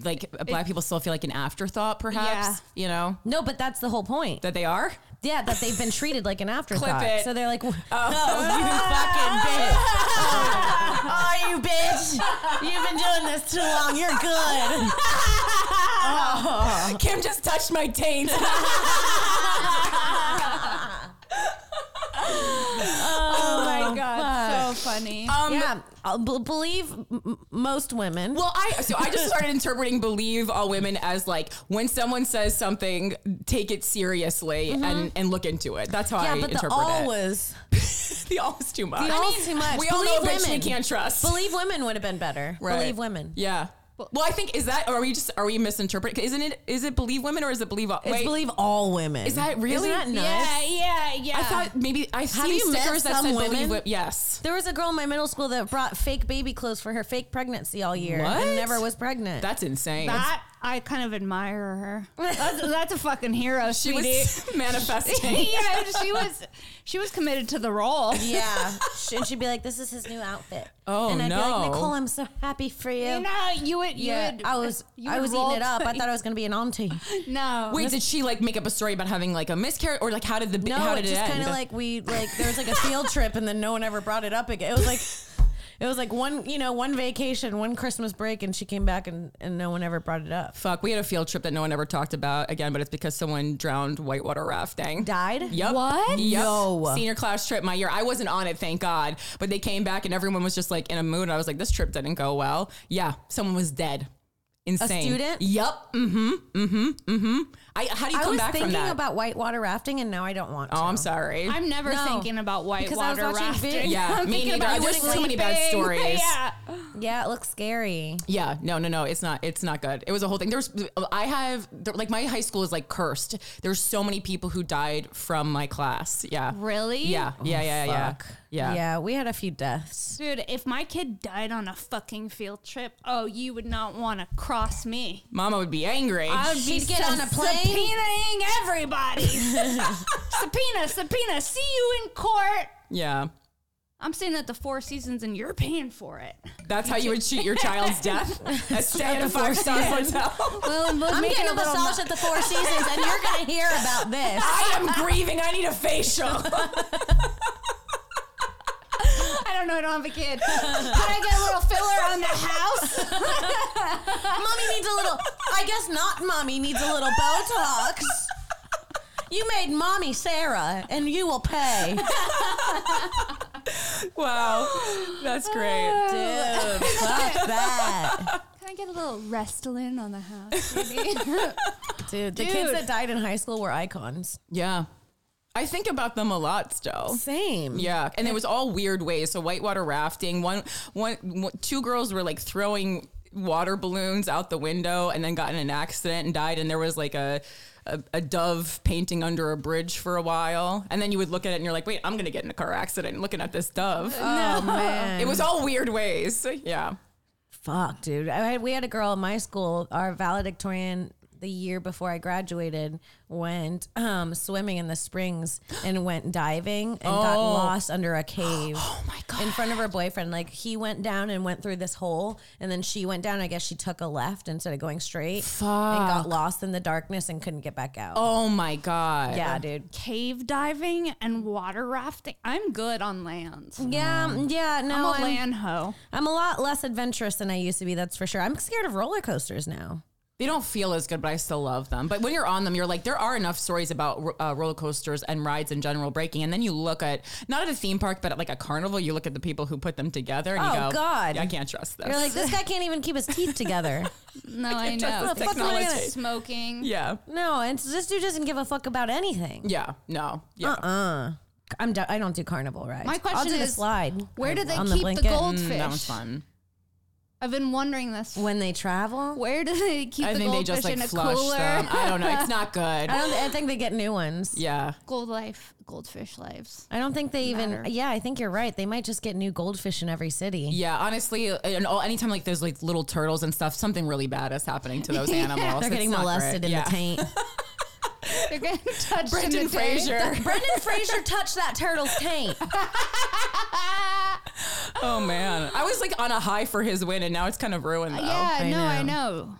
D: like black people still feel like an afterthought, perhaps. You know
B: No, but that's the whole point.
D: that they are.
B: yeah, that they've been treated like an afterthought.
D: it. Um,
B: So they're like, "Oh, you fucking bitch! oh, you bitch! You've been doing this too long. You're good."
D: Kim just touched my taint.
B: Oh,
D: Oh
C: Oh my God, so funny.
D: Um,
B: yeah, I'll b- believe m- m- most women.
D: Well, I so I just started interpreting believe all women as like when someone says something, take it seriously and and look into it. That's how
B: Mm-hmm. yeah,
D: I
B: but the
D: interpret
B: all
D: it.
B: was
D: the all is too much.
B: the
D: I
B: all
D: mean,
B: is too much.
D: We all know a
B: Believe
D: bitch we
B: women.
D: can't trust.
B: believe women would have been better.
D: Right.
B: Believe women.
D: Yeah. Well, I think is that are we just are we misinterpreting? Isn't it is it believe women or is it believe all?
B: It's
D: wait,
B: believe all women. Is
D: that really?
B: Isn't that nuts?
C: yeah, yeah, yeah.
D: I thought maybe I've
B: Have
D: seen
B: you met
D: stickers that
B: some
D: said
B: women?
D: believe. wo- Yes,
B: There was a girl in my middle school that brought fake baby clothes for her fake pregnancy all year
D: What?
B: and never was pregnant.
D: that's insane.
C: that I kind of admire her. That's, that's a fucking hero,
D: she
C: sweetie.
D: was manifesting.
C: yeah, she was. She was committed to the role.
B: yeah, She- and she'd be like, "This is his new outfit."
D: Oh,
B: and I'd be
D: no.
B: like, "Nicole, I'm so happy for you."
C: You know, you would. You
B: yeah,
C: would
B: I was,
C: you
B: I
C: would
B: was eating
C: roll
B: it up. I
C: the-
B: thought I was going to be an auntie.
C: no.
D: Wait, did she like make up a story about having like a miscarriage or like how did the
B: No,
D: how
B: it
D: did it,
B: just kind
D: end?
B: of like we like there was like a field trip, and then no one ever brought it up again. It was like. It was like one, you know, one vacation, one Christmas break, and she came back, and, and no one ever brought it up.
D: Fuck, we had a field trip that no one ever talked about again, but it's because someone drowned whitewater rafting.
B: Died.
D: Yep.
C: What?
D: Yep.
B: No.
D: Senior class trip my year. I wasn't on it, thank God. But they came back and everyone was just like in a mood. I was like, this trip didn't go well. Yeah, someone was dead. Insane.
B: student?
D: Yep. Mm-hmm. Mm-hmm. Mm-hmm. I, how do you
B: I
D: come
B: was
D: back from
B: thinking
D: that?
B: about whitewater rafting, and now I don't want to.
D: oh, I'm sorry.
C: I'm never
B: No.
C: thinking about
B: Because I was
C: whitewater
B: watching
C: rafting.
B: vid-
D: Yeah,
C: I'm
D: me
C: thinking
D: neither.
C: about
D: There's
C: you
D: so many bad
C: sleeping.
D: stories.
C: yeah.
B: Yeah, it looks scary.
D: Yeah, no, no, no. It's not. It's not good. It was a whole thing. There's, I have, there, like, my high school is like cursed. There's so many people who died from my class. Yeah,
C: Really?
D: Yeah, yeah, yeah, yeah, yeah,
B: Oh, Yeah, we had a few deaths.
C: Dude, if my kid died on a fucking field trip, oh, you would not want to cross me.
D: Mama would be angry.
C: I would be
B: She'd get on a plane.
C: subpoenaing everybody. subpoena, subpoena. See you in court.
D: yeah,
C: I'm staying at the Four Seasons, and you're paying for it.
D: that's how you would cheat your child's death. A stay at a five star hotel.
C: Well,
B: I'm getting a massage at the Four Seasons, and you're going to hear about this.
D: I am grieving. I need a facial.
C: I don't know. I don't have a kid. Can I get a little filler on the house?
B: Mommy needs a little, I guess not mommy needs a little Botox. You made mommy Sarah, and you will pay.
D: wow, that's great.
B: Dude, fuck that.
C: Can I get a little wrestling on the house? Maybe?
B: Dude, the kids
C: Dude.
B: that died in high school were icons.
D: Yeah, I think about them a lot still.
B: Same.
D: Yeah, and it was all weird ways. So whitewater rafting. One, one, one- two girls were like throwing water balloons out the window, and then got in an accident and died. And there was like a, a, a dove painting under a bridge for a while, and then you would look at it and you're like, wait, I'm gonna get in a car accident looking at this dove.
B: Oh, man.
D: It was all weird ways. Yeah.
B: Fuck, dude. I had, we had a girl in my school, our valedictorian the year before I graduated, went um, swimming in the springs and went diving and got
D: Oh.
B: lost under a cave. Oh
D: my God.
B: In front of her boyfriend. Like he went down and went through this hole and then she went down. I guess she took a left instead of going straight. And got lost in the darkness and couldn't get back out.
D: Oh my god.
B: yeah, dude.
C: Cave diving and water rafting. I'm good on land.
B: Yeah, mm, yeah, no.
C: I'm a
B: I'm,
C: land ho.
B: I'm a lot less adventurous than I used to be, that's for sure. I'm scared of roller coasters now.
D: They don't feel as good, but I still love them. But when you're on them, you're like, there are enough stories about uh, roller coasters and rides in general breaking. And then you look at, not at a theme park, but at like a carnival, you look at the people who put them together and you
B: Oh,
D: go,
B: God.
D: I can't trust this.
B: You're like, this guy can't even keep his teeth together.
C: No, I
D: just
C: know.
D: the
C: Thinking about
D: technology.
C: Smoking.
D: yeah.
B: No, and so this dude doesn't give a fuck about anything.
D: Yeah. No. Yeah.
B: Uh-uh. I'm do- I don't do carnival rides.
C: My
B: I'll do
C: question
B: the
C: is,
B: slide.
C: Where do they
B: on
C: keep the,
B: blanket. Mm,
C: goldfish?
D: Mm, That was fun.
C: I've been wondering this.
B: when they travel?
C: Where do they keep
D: I
C: the
D: think they
C: goldfish
D: just like
C: in a
D: flush
C: cooler?
D: them. I don't know. It's not good.
B: I don't. I think they get new ones.
D: yeah.
C: Gold life, goldfish lives.
B: I don't think they even.
C: Matter.
B: Yeah, I think you're right. They might just get new goldfish in every city.
D: Yeah, honestly, and all, anytime like there's like little turtles and stuff, something really bad is happening to those animals.
B: They're
D: It's
B: getting
D: not
B: molested
D: great.
B: in
D: Yeah.
B: the taint.
C: They're getting touched in
D: Brendan
C: the day.
D: Fraser.
B: Brendan Fraser touched that turtle's taint.
D: Oh man, I was like on a high for his win, and now it's kind of ruined. Though.
C: Yeah,
B: I
C: no, Oh, I
B: know.
C: know.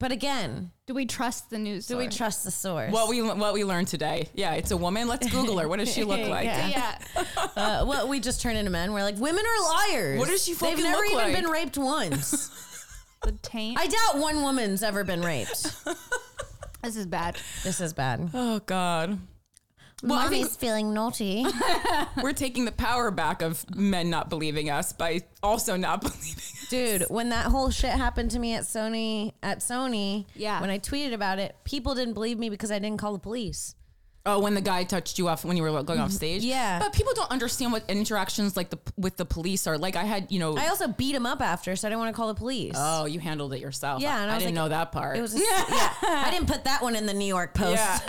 B: But again,
C: Do we trust the news?
B: do we trust the source?
D: What we what we learned today? Yeah, it's a woman. Let's Google her. What does she look like?
B: Yeah.
C: Yeah.
B: uh, what we just turn into men. We're like, women are liars.
D: What does she
B: They've
D: fucking
B: never
D: look
B: even
D: like?
B: been raped once.
C: the taint.
B: I doubt one woman's ever been raped.
C: this is bad.
B: This is bad.
D: Oh God. Well, I think
B: Mommy's feeling naughty.
D: we're taking the power back of men not believing us by also not believing.
B: Dude, when that whole shit happened to me at Sony at Sony,
C: Yeah.
B: when I tweeted about it, people didn't believe me because I didn't call the police.
D: Oh, when the guy touched you off when you were going off stage.
B: Mm-hmm. Yeah.
D: but people don't understand what interactions like the with the police are like. I had you know.
B: I also beat him up after, so I didn't want to call the police.
D: oh, you handled it yourself.
B: Yeah,
D: I,
B: and I
D: I
B: was
D: didn't
B: like-
D: know that part.
B: It was a, yeah. I didn't put that one in the New York Post,
D: yeah.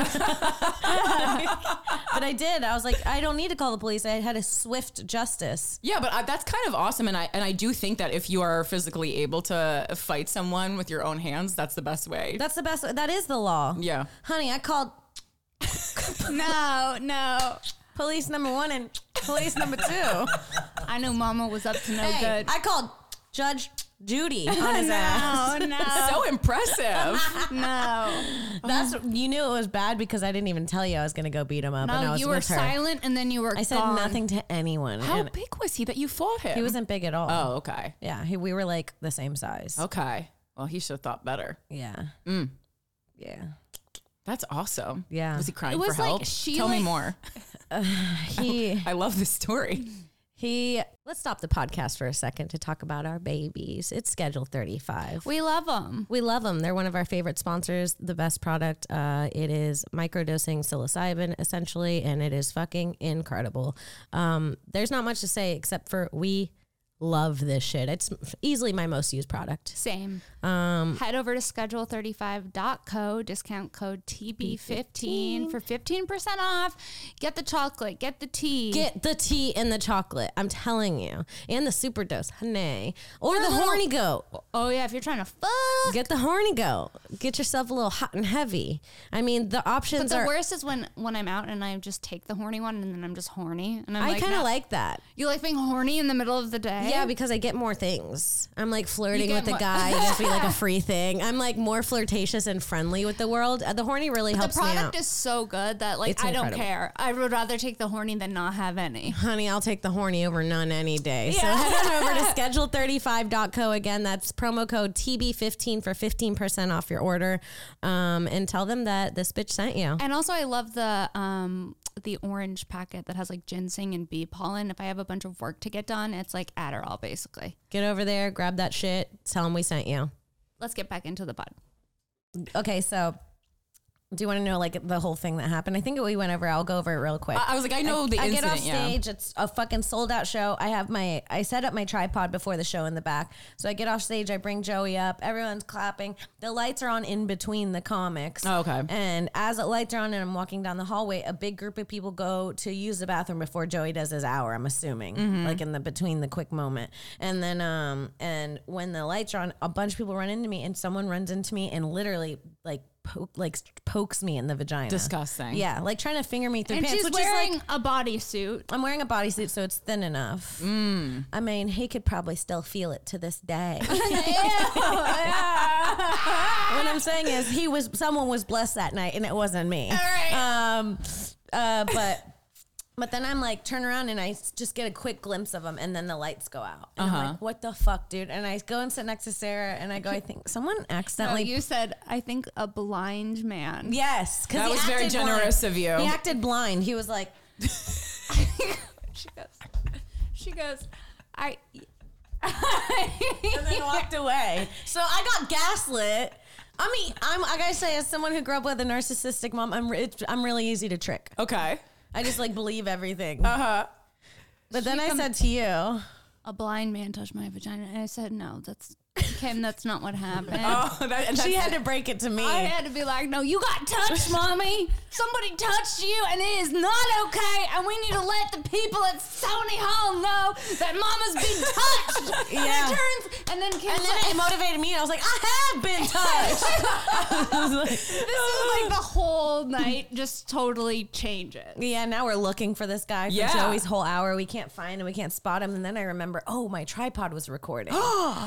B: but I did. I was like, I don't need to call the police. I had a swift justice.
D: Yeah, but I, that's kind of awesome, and I and I do think that if you are physically able to fight someone with your own hands, that's the best way.
B: That's the best. That is the law.
D: yeah,
B: honey, I called
C: No, no.
B: police number one and police number two.
C: I knew Mama was up to no
B: Hey,
C: good.
B: I called Judge Judy on his ass.
C: no, no,
D: so impressive.
C: no.
B: That's you knew it was bad because I didn't even tell you I was gonna go beat him up. and I
C: Uh-huh. No,
B: was
C: you were
B: with her.
C: silent and then you were
B: I said
C: gone.
B: nothing to anyone.
D: How
B: and
D: big was he that you fought him?
B: he wasn't big at all.
D: Oh, okay,
B: Yeah, he, we were like the same size.
C: Oh.
D: okay. Well, he should have thought better.
B: Yeah.
C: Mm.
B: Yeah.
D: That's awesome.
B: Yeah.
D: Was he crying
C: It was
D: for
C: like
D: help?
C: she,
D: Tell me
C: like-
D: more.
B: He
D: I love this story.
B: he let's stop the podcast for a second to talk about our babies. It's schedule 35.
C: We love them.
B: We love them. They're one of our favorite sponsors. The best product. Uh, it is microdosing psilocybin, essentially, and it is fucking incredible. Um, there's not much to say except for we love this shit. It's easily my most used product.
C: Same.
B: Um,
C: Head over to schedule35.co, discount code TB15 for 15% off. Get the chocolate, get the tea.
B: get the tea and the chocolate. I'm telling you, and the super dose, honey, or the
C: no, no.
B: horny goat.
C: oh, yeah, if you're trying to fuck.
B: Get the horny goat. Get yourself a little hot and heavy. I mean, the
C: But
B: options
C: the
B: are.
C: worst is when, when I'm out and I just take the horny one and then I'm just horny. And I'm
B: I
C: like,
B: kind of
C: no.
B: like that.
C: You like being horny in the middle of the day?
B: Yeah, because I get more things. I'm like flirting
C: get
B: with the
C: more-
B: guy. It gives me like a free thing. I'm like more flirtatious and friendly with the world. Uh, The horny really
C: the
B: helps me out.
C: product is so good that like
B: It's
C: I don't
B: incredible.
C: care. I would rather take the horny than not have any.
B: Honey, I'll take the horny over none any day. So head on over to schedule35.co. Again, that's promo code TB15 for 15% off your order. Um, and tell them that this bitch sent you.
C: And also, I love the um the orange packet that has like ginseng and bee pollen. If I have a bunch of work to get done, it's like Adderall basically.
B: Get over there, grab that shit, tell them we sent you.
C: Let's get back into the pod.
B: Okay, so do you want to know like the whole thing that happened? I think we went over. I'll go over it real quick.
D: I, I was like, I know the
B: I
D: incident.
B: get off
D: yeah.
B: stage. It's a fucking sold out show. I have my I set up my tripod before the show in the back. So I get off stage. I bring Joey up. Everyone's clapping. The lights are on in between the comics.
D: Oh, okay.
B: And as the lights are on and I'm walking down the hallway, a big group of people go to use the bathroom before Joey does his hour, I'm assuming,
D: Mm-hmm.
B: like in the between the quick moment. And then um and when the lights are on, a bunch of people run into me and someone runs into me and literally like poke like pokes me in the vagina.
D: Disgusting.
B: Yeah, like trying to finger me through
C: And
B: pants,
C: she's
B: which is
C: wearing
B: like
C: a bodysuit.
B: I'm wearing a bodysuit, so it's thin enough.
D: Mm.
B: I mean, he could probably still feel it to this day. what I'm saying is, he was someone was blessed that night, and it wasn't me. All right. Um, uh, but. But then I'm like, turn around and I s- just get a quick glimpse of him, and then the lights go out. And
D: Uh-huh.
B: I'm like, what the fuck, dude? And I go and sit next to Sarah, and I go, I think someone
C: No,
B: accidentally.
C: Oh, you said I think a blind man.
B: yes, because
D: That was very generous of you.
B: He acted blind. He was like,
C: she goes. She goes. I.
B: and then walked away. So I got gaslit. I mean, I'm I gotta say, as someone who grew up with a narcissistic mom, I'm re- it's, I'm really easy to trick.
D: Okay. Uh-huh.
B: I just like believe everything. Uh huh. But then I said to you,
C: a blind man touched my vagina, and I said, "No, that's Kim. That's not what happened."
D: Oh, that, that's,
B: she had to break it to me.
C: I had to be like, no, you got touched, mommy. Somebody touched you, and it is not okay. And we need to let the people at Sony Hall know that mama's been touched.
B: Yeah.
C: And, it turns, and then Kim's
B: and then it
C: like,
B: motivated me. I was like, I have been touched.
C: this is like the whole night just totally changes.
B: yeah, now we're looking for this guy for
D: Yeah.
B: Joey's whole hour. We can't find him. We can't spot him. And then I remember, oh, my tripod was recording.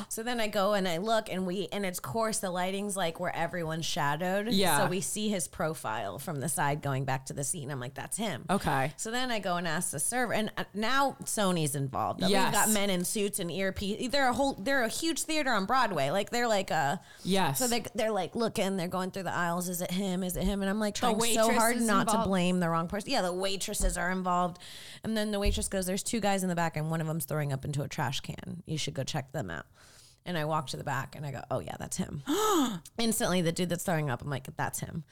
B: so then I go go and I look and we and it's course the lighting's like where everyone's shadowed.
D: Yeah.
B: So we see his profile from the side going back to the scene. I'm like, that's him.
D: Okay.
B: So then I go and ask the server, and uh, now Sony's involved.
D: Yes.
B: We've got men in suits and earpiece. They're a whole. They're a huge theater on Broadway. Like they're like a.
D: Yes.
B: So they they're like looking. They're going through the aisles. Is it him? Is it him? And I'm like trying so
C: waitress
B: hard
C: is
B: not to
C: involved.
B: blame the wrong person. Yeah, the waitresses are involved, and then the waitress goes, "There's two guys in the back, and one of them's throwing up into a trash can. You should go check them out." And I walk to the back and I go, oh, yeah, that's him. Instantly, the dude that's throwing up, I'm like, that's him.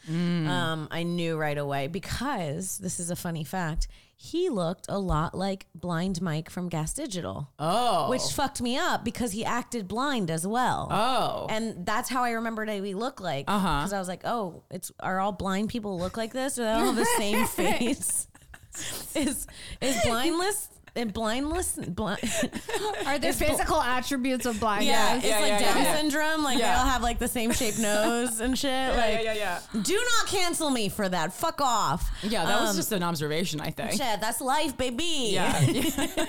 B: Um, I knew right away because this is a funny fact. He looked a lot like Blind Mike from Gas Digital.
D: oh.
B: Which fucked me up because he acted blind as well.
D: oh.
B: And that's how I remembered that we look like. Because
D: Uh-huh.
B: I was like, oh, it's are all blind people look like this? Or they all have the same face? is is blindless and blindless blind?
C: Are there physical attributes of blind?
D: Yeah,
C: guys?
B: it's like
D: yeah,
B: Down
D: yeah.
B: syndrome. Like
D: Yeah.
B: they all have like the same shaped nose and shit. like,
D: yeah, yeah,
B: do not cancel me for that. Fuck off.
D: Yeah, that was
B: Um,
D: just an observation, I think.
B: shit. That's life, baby.
D: Yeah.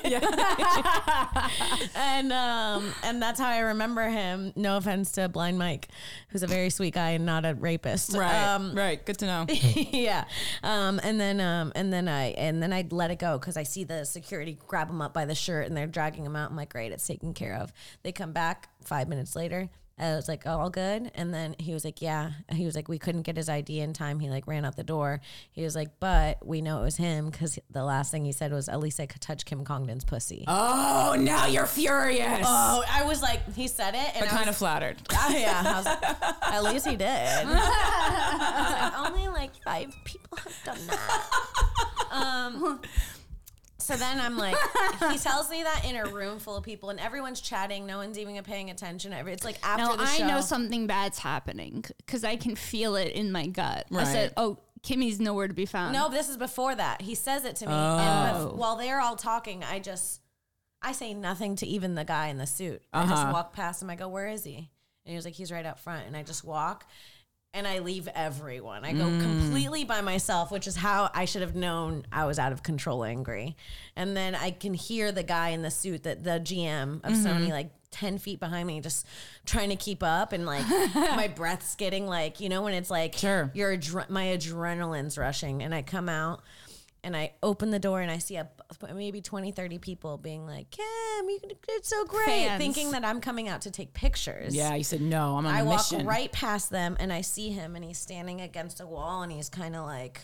D: yeah.
B: and um, and that's how I remember him. No offense to Blind Mike, who's a very sweet guy and not a rapist.
D: Right.
B: Um,
D: right. Good to know.
B: yeah. Um, and then um, and then I and then I let it go because I see the security grab him up by the shirt and they're dragging him out. I'm like, great, it's taken care of. They come back five minutes later. And I was like, oh, all good. And then he was like, yeah. And he was like, we couldn't get his ID in time. He like ran out the door. He was like, but we know it was him because the last thing he said was, at least I could touch Kim Congdon's pussy. Oh,
D: Oh, now you're furious.
B: I was like, he said it. And
D: but
B: I was
D: kind of Oh, flattered.
B: Oh, yeah. I was like, at least he did. I was like, Only like five people have done that. Um, so then I'm like, he tells me that in a room full of people and everyone's chatting. No one's even paying attention. Every- It's like after
C: No,
B: the
C: I
B: show.
C: know something bad's happening because I can feel it in my gut.
D: Right.
C: I said, "Oh, Kimmy's nowhere to be found."
B: No, this is before that. He says it to me. And
C: Oh.
B: bef- while they're all talking, I just, I say nothing to even the guy in the suit. I
C: Uh-huh.
B: just walk past him. I go, where is he? And he was like, he's right out front. And I just walk and I leave everyone. I go
D: Mm.
B: completely by myself, which is how I should have known I was out of control angry. And then I can hear the guy in the suit that the GM of
D: Mm-hmm.
B: Sony, like, 10 feet behind me just trying to keep up and like my breath's getting like you know when it's like
D: Sure.
B: your adre- my adrenaline's rushing and i come out and i open the door and i see a, maybe 20 30 people being like kim you did so great
C: Fans.
B: thinking that i'm coming out to take pictures
D: Yeah, you said no. I'm on
B: i
D: a
B: walk
D: mission.
B: right past them and i see him and he's standing against a wall and he's kind of like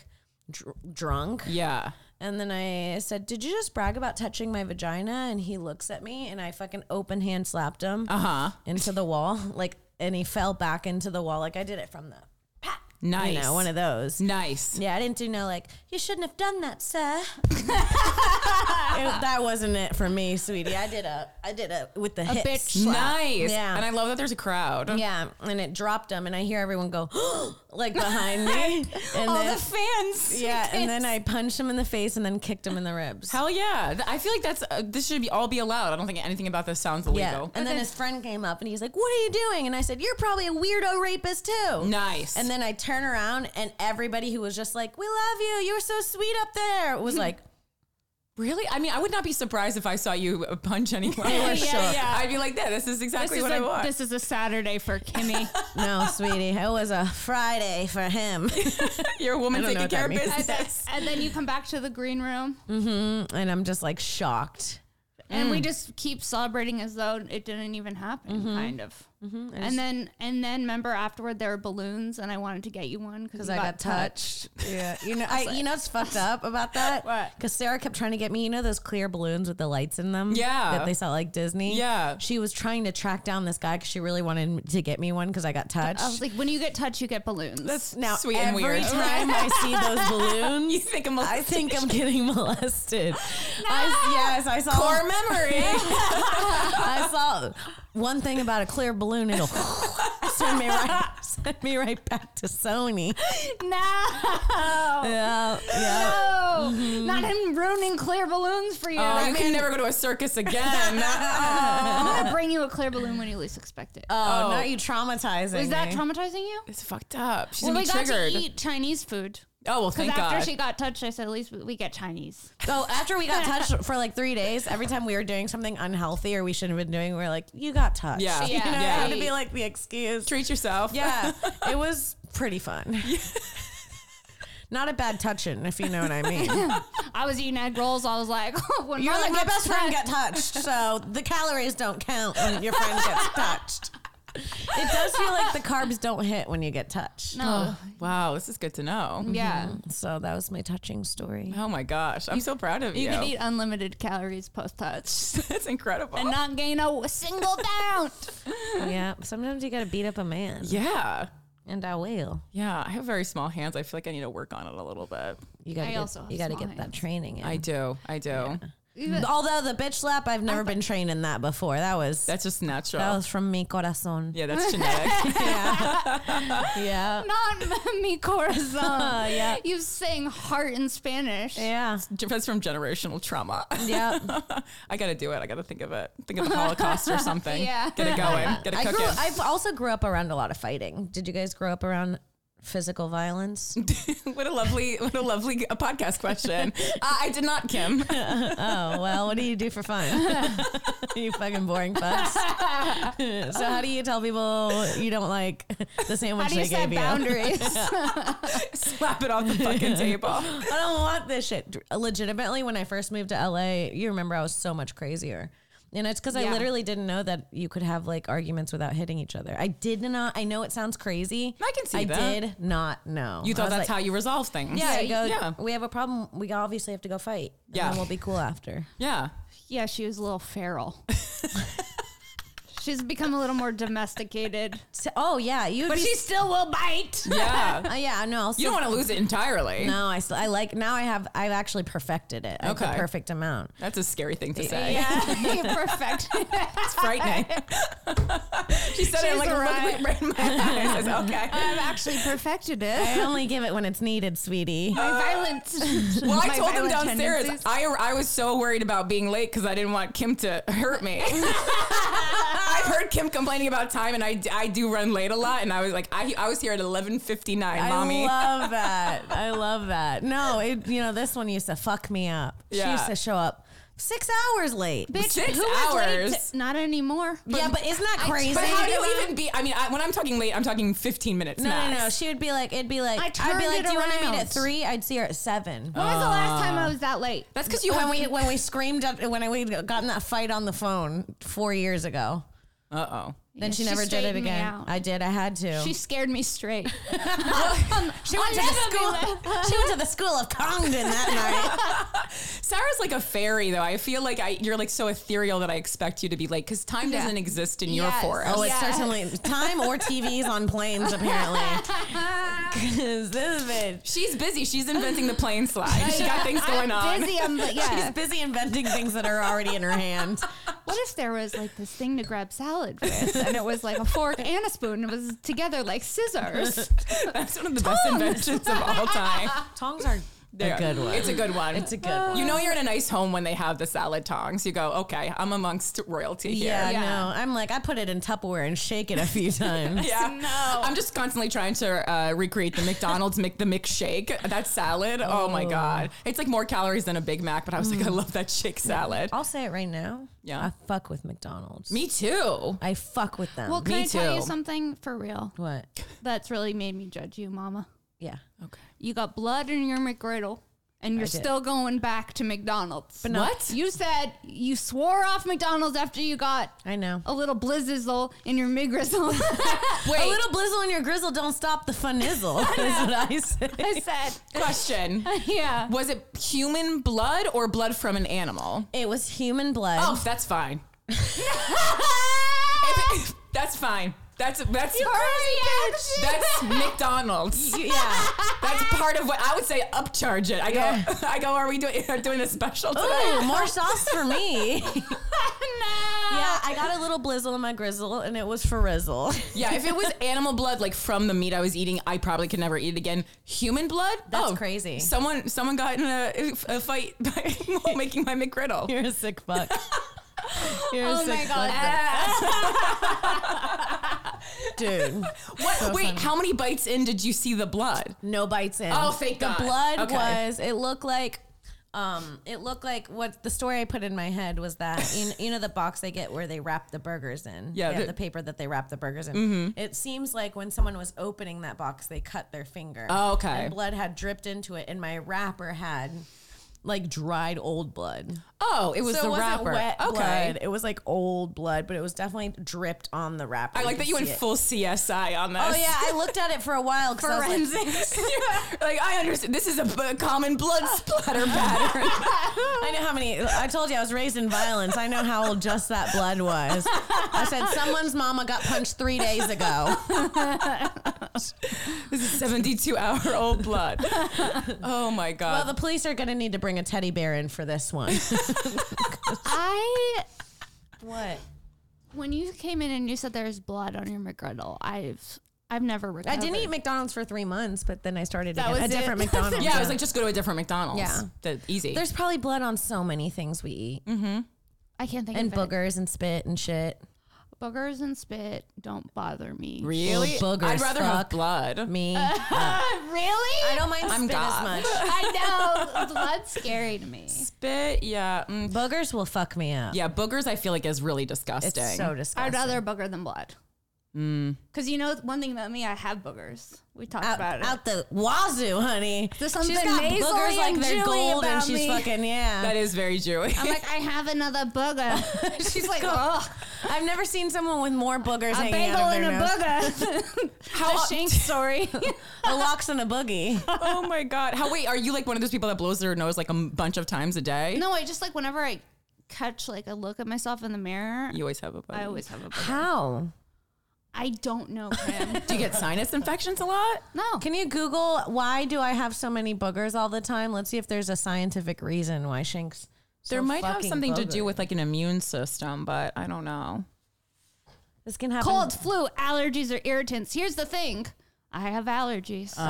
B: dr- drunk
D: Yeah.
B: and then I said, "Did you just brag about touching my vagina?" And he looks at me, and I fucking open hand slapped him
D: Uh-huh.
B: into the wall, like, and he fell back into the wall, like I did it from the,
D: Nice.
B: you know, one of those.
D: nice.
B: Yeah, I didn't do no like you shouldn't have done that, sir. It- that wasn't it for me, sweetie. I did a, I did a with the hips.
C: bitch slap.
D: Nice.
B: Yeah.
D: And I love that there's a crowd.
B: Yeah, and it dropped him, and I hear everyone go like behind me, and
D: All
B: then
D: Oh, the fans.
B: yeah, and then I punched him in the face, and then kicked him in the ribs.
D: Hell yeah. Th- I feel like that's uh, this should be all be allowed. I don't think anything about this sounds
B: Yeah.
D: illegal.
B: And then his friend came up and he's like, What are you doing? And I said, You're probably a weirdo rapist too.
D: Nice.
B: And then I turn around and everybody who was just like, We love you. You were so sweet up there was like,
D: Really? I mean, I would not be surprised if I saw you uh, punch anyone.
B: Yeah,
C: yeah, yeah.
D: I'd be like, yeah, this is
C: this
D: exactly
C: is
D: what I
C: a,
D: want.
C: this is a Saturday for Kimmy.
B: No, sweetie. It was a Friday for him.
D: You're a woman
B: I don't know
D: taking
B: what
D: care of
B: that means.
D: business.
C: and then you come back to the green room,
B: and I'm just like shocked.
C: and
D: Mm.
C: we just keep celebrating as though it didn't even happen,
D: Mm-hmm.
C: kind of. And then, and then, remember afterward there were balloons, and I wanted to get you one because
B: Because I got, touched. Yeah. You know, I, you know what's fucked up about that?
C: What?
B: Because Sarah kept trying to get me, you know, those clear balloons with the lights in them?
D: Yeah.
B: That they sell at, like Disney?
D: Yeah.
B: She was trying to track down this guy because she really wanted to get me one because I got touched.
C: I was like, when you get touched, you get balloons.
D: That's
B: Now,
D: sweet and
B: every
D: weird.
B: time I see those balloons,
D: you think I'm a
B: I think I'm getting molested. I, yes, I saw
D: core memory.
B: I saw one thing about a clear balloon. It'll send me right, send me right back to Sony.
C: no,
B: Yeah, yeah.
C: no, not him ruining clear balloons for you.
D: Mm-hmm. Oh,
C: I
D: you
C: mean,
D: can never go to a circus again.
C: I'm gonna bring you a clear balloon when you least expect it.
B: Oh,
D: Oh.
B: not you traumatizing.
C: Is that
B: me.
C: traumatizing you?
D: it's fucked up. She's
C: Well,
D: gonna
C: we
D: be
C: got
D: triggered.
C: to eat Chinese food.
D: Oh well,
C: Because
D: thank
C: after
D: God.
C: she got touched, I said, at least we- we get Chinese.
B: So after we got touched for like three days, every time we were doing something unhealthy or we shouldn't have been doing, we are like, "You got touched."
D: Yeah.
B: you know,
D: Yeah.
B: that would
C: Right.
B: be like the excuse.
D: Treat yourself.
B: Yeah, it was pretty fun. Not a bad touching, if you know what I mean.
C: I was eating egg rolls. I was like, "Oh, when
B: You're
C: Mama
B: like my
C: got
B: best friend
C: touched-
B: got touched, so the calories don't count when your friend gets touched. It does feel like the carbs don't hit when you get touched.
C: No.
D: Wow, this is good to know.
C: Yeah.
B: So that was my touching story.
D: Oh my gosh, I'm so proud of you.
C: You could eat unlimited calories post touch
D: That's incredible.
C: and not gain a single pound.
B: yeah, sometimes you got to beat up a man,
D: yeah.
B: and I will.
D: Yeah, I have very small hands. I feel like I need to work on it a little bit.
B: You got
C: I
B: to
C: also
B: get
C: have
B: you got to
C: small
B: get that
C: hands.
B: training in.
D: I do. I do.
B: Although the bitch slap, I've never been trained in that before. That was
D: That's just natural.
B: that was from me corazon.
D: yeah, that's genetic.
B: Yeah, yeah,
C: Not mi corazon.
B: Yeah.
C: You sing heart in Spanish.
B: yeah.
D: that's from generational trauma.
B: yeah.
D: I gotta do it. I gotta think of it. Think of the Holocaust or something.
C: Yeah.
D: Get it going. Get it
B: I grew,
D: cooking.
B: I've also grew up around a lot of fighting. Did you guys grow up around physical violence?
D: what a lovely, what a lovely uh, podcast question. Uh, I did not, Kim.
B: oh well, what do you do for fun? you fucking boring fucks. so how do you tell people you don't like the sandwich
C: How do you
B: they gave
C: set
B: you?
C: boundaries?
D: Slap it off the fucking table.
B: I don't want this shit. Legitimately, when I first moved to LA, you remember I was so much crazier. And it's because I
C: Yeah.
B: literally didn't know that you could have like arguments without hitting each other. I did not. I know it sounds crazy.
D: I can see
B: I
D: that.
B: did not know.
D: You
B: I
D: thought
B: was
D: that's
B: like,
D: how you resolve things.
B: Yeah, I go,
D: Yeah.
B: we have a problem. We obviously have to go fight. And
D: Yeah.
B: then we'll be cool after.
D: Yeah.
C: yeah, she was a little feral. She's become a little more domesticated,
B: So- oh, yeah. You
C: but
B: be,
C: she still will bite.
D: Yeah.
B: uh, yeah, no, I'll
D: You don't want to lose it entirely.
B: No, I, still, I like, now I have, I've actually perfected it. I have the
D: Okay.
B: perfect amount.
D: That's a scary thing to say.
C: Yeah, perfect.
D: It's frightening. she said it
C: She's
D: like
C: right.
D: right. right in my eyes. Okay.
C: I've actually perfected it.
B: I only give it when it's needed, sweetie.
C: My violence.
D: Well, I
C: my
D: told them
C: violent
D: downstairs. uh,
C: tendencies.
D: I, I was so worried about being late because I didn't want Kim to hurt me. I've heard Kim complaining about time, and I, d- I do run late a lot. And I was like, I, I was here at eleven fifty nine, mommy.
B: I love that. I love that. No, it, you know, this one used to fuck me up. She
D: Yeah.
B: used to show up six hours late.
C: Bitch,
D: Six
C: who was late
D: hours.
C: to- not anymore.
B: yeah, but isn't that crazy?
D: but how do you even be? I mean, I, when I'm talking late, I'm talking fifteen minutes.
B: no, no,
D: max.
B: no. She would be like, it'd be like,
C: I
B: I'd
C: turned
B: be like,
C: it
B: do you want to meet
C: around.
B: at three? I'd see her at seven.
C: When was the last
D: Ah.
C: time I was that late?
D: That's because you
B: when
D: have.
B: we when we screamed at, when we got in that fight on the phone four years ago.
D: Uh oh.
B: Then
C: Yeah,
B: she
C: she
B: never did it
C: straightened me
B: again.
C: out.
B: I did. I had to.
C: She scared me straight. Um,
B: she went to the school. She went to the school of Congdon that night.
D: Sarah's like a fairy, though. I feel like I, you're like so ethereal that I expect you to be like, because time
C: Yeah.
D: doesn't exist in your
C: Yes.
D: forest.
B: Oh, it's
C: Yeah.
B: certainly time or TVs on planes apparently. 'Cause this bitch.
D: She's busy. She's inventing the plane slide. She got things going on.
C: I'm busy. I'm like,
B: She's
C: yeah.
B: busy inventing things that are already in her hand.
C: What if there was like this thing to grab salad with, and it was like a fork and a spoon, and it was together like scissors?
D: That's one of the best inventions of all time.
B: Tongs are
D: There.
B: a good one.
D: It's a good one.
B: It's a good one.
D: You know you're in a nice home when they have the salad tongs. You go, okay, I'm amongst royalty here.
B: yeah,
C: Yeah.
B: no. I'm like, I put it in Tupperware and shake it a few times.
D: Yeah. No. I'm just constantly trying to uh, recreate the McDonald's Mc the McShake. uh, That salad. Oh. my god. It's like more calories than a Big Mac, but I was like, I love that shake salad.
B: I'll say it right now.
D: Yeah.
B: I fuck with McDonald's.
D: Me too.
B: I fuck with them.
C: Well, can
D: Me
C: I tell you
D: too.
C: something for real?
B: what?
C: That's really made me judge you, Mama.
B: Yeah.
D: Okay.
C: You got blood in your McGriddle, and you're
B: did.
C: still going back to McDonald's.
B: no.
D: What?
C: You said you swore off McDonald's after you got
B: I know.
C: a little blizzizzle in your McGrizzle.
D: Wait.
B: A little blizzle in your grizzle don't stop the fun nizzle. is what I say.
C: I said,
D: question.
C: yeah.
D: Was it human blood or blood from an animal?
B: It was human blood.
D: Oh, that's fine. If it- that's fine. That's that's
C: crazy
D: that's McDonald's.
B: You- yeah.
D: That's part of what I would say. Upcharge it. I go.
B: Yeah.
D: I go. Are we doing doing a special today?
B: Ooh, more sauce for me.
C: no.
B: yeah, I got a little blizzle in my grizzle, and it was for Rizzle.
D: Yeah. If it was animal blood, like from the meat I was eating, I probably could never eat it again. Human blood. Oh,
B: That's crazy.
D: Someone someone got in a, a fight by while making my McGriddle.
B: You're a sick fuck. You're a
D: Ah.
B: sick
C: Oh my god.
B: fuck. dude.
D: What? Wait, how many bites in did you see the blood?
B: No bites in.
D: Oh, thank
B: the
D: God.
B: The blood
D: Okay.
B: was. It looked like. Um, it looked like what the story I put in my head was that you, you know the box they get where they wrap the burgers in.
D: Yeah,
B: They have
D: the- Mm-hmm.
B: the, paper that they wrap the burgers in. It seems like when someone was opening that box, they cut their finger.
D: Oh, okay.
B: and blood had dripped into it, and my wrapper had like dried old blood.
D: Oh, it was
B: so
D: the
B: it wasn't
D: wrapper.
B: wet
D: okay.
B: blood. It was like old blood, but it was definitely dripped on the wrapper.
D: I like that
B: could
D: you went
B: see it.
D: full CSI on this.
B: Oh yeah, I looked at it for a while. 'cause I was like,
D: Forensics. You're like I understand. This is a b- common blood splatter pattern.
B: I know how many. I told you I was raised in violence. I know how old just that blood was. I said someone's mama got punched three days ago.
D: this is seventy-two hour old blood. Oh my god.
B: Well, the police are going to need to bring a teddy bear in for this one.
C: I
B: what?
C: when you came in and you said there's blood on your McGriddle, I've I've never recovered.
B: I didn't eat McDonald's for three months, but then I started
C: That
B: again.
C: was
B: a different
C: it.
B: McDonald's.
D: yeah, I was like, just go to a different McDonald's.
B: Yeah.
D: The, easy.
B: there's probably blood on so many things we eat,
C: Mhm. I can't think
B: and
C: of it.
B: boogers and spit and shit.
C: Boogers and spit don't bother me.
D: really
B: Oh, boogers,
D: I'd rather have
B: fuck.
D: blood.
B: Me,
C: really?
B: I don't mind
D: I'm
B: spit
D: God.
B: as much.
C: I know blood's scary to me.
D: Spit. Yeah. mm.
B: Boogers will fuck me up.
D: Yeah. Boogers. I feel like is really disgusting.
B: It's so disgusting.
C: I'd rather booger than blood. Because you know one thing about me, I have boogers. We talked
B: out,
C: about it.
B: out the wazoo, honey.
C: There's
B: she's
C: something
B: got
C: nasally
B: boogers like
C: and
B: they're
C: Jewy
B: gold, and
C: about
B: she's
C: me.
B: fucking yeah.
D: That is very Jewish.
C: I'm like, I have another booger. She's like, oh,
B: I've never seen someone with more boogers
C: a
B: hanging
C: bagel
B: out of
C: and
B: their
C: a
B: nose.
C: booger.
D: How
C: the shank story.
B: A locks and a boogie.
D: oh my god. How wait? Are you like one of those people that blows their nose like a m- bunch of times a day?
C: no, I just like whenever I catch like a look at myself in the mirror,
D: You always have a. Buddy.
C: I always have a booger.
B: How?
C: I don't know Kim.
D: Do you get sinus infections a lot?
C: no.
B: Can you Google why do I have so many boogers all the time? Let's see if there's a scientific reason why Shanks. so
D: there might have
B: fucking
D: something to do
B: boogered.
D: with like an immune system, but I don't know.
B: this can happen.
C: Cold, flu, allergies, or irritants. Here's the thing. I have allergies.
B: Oh.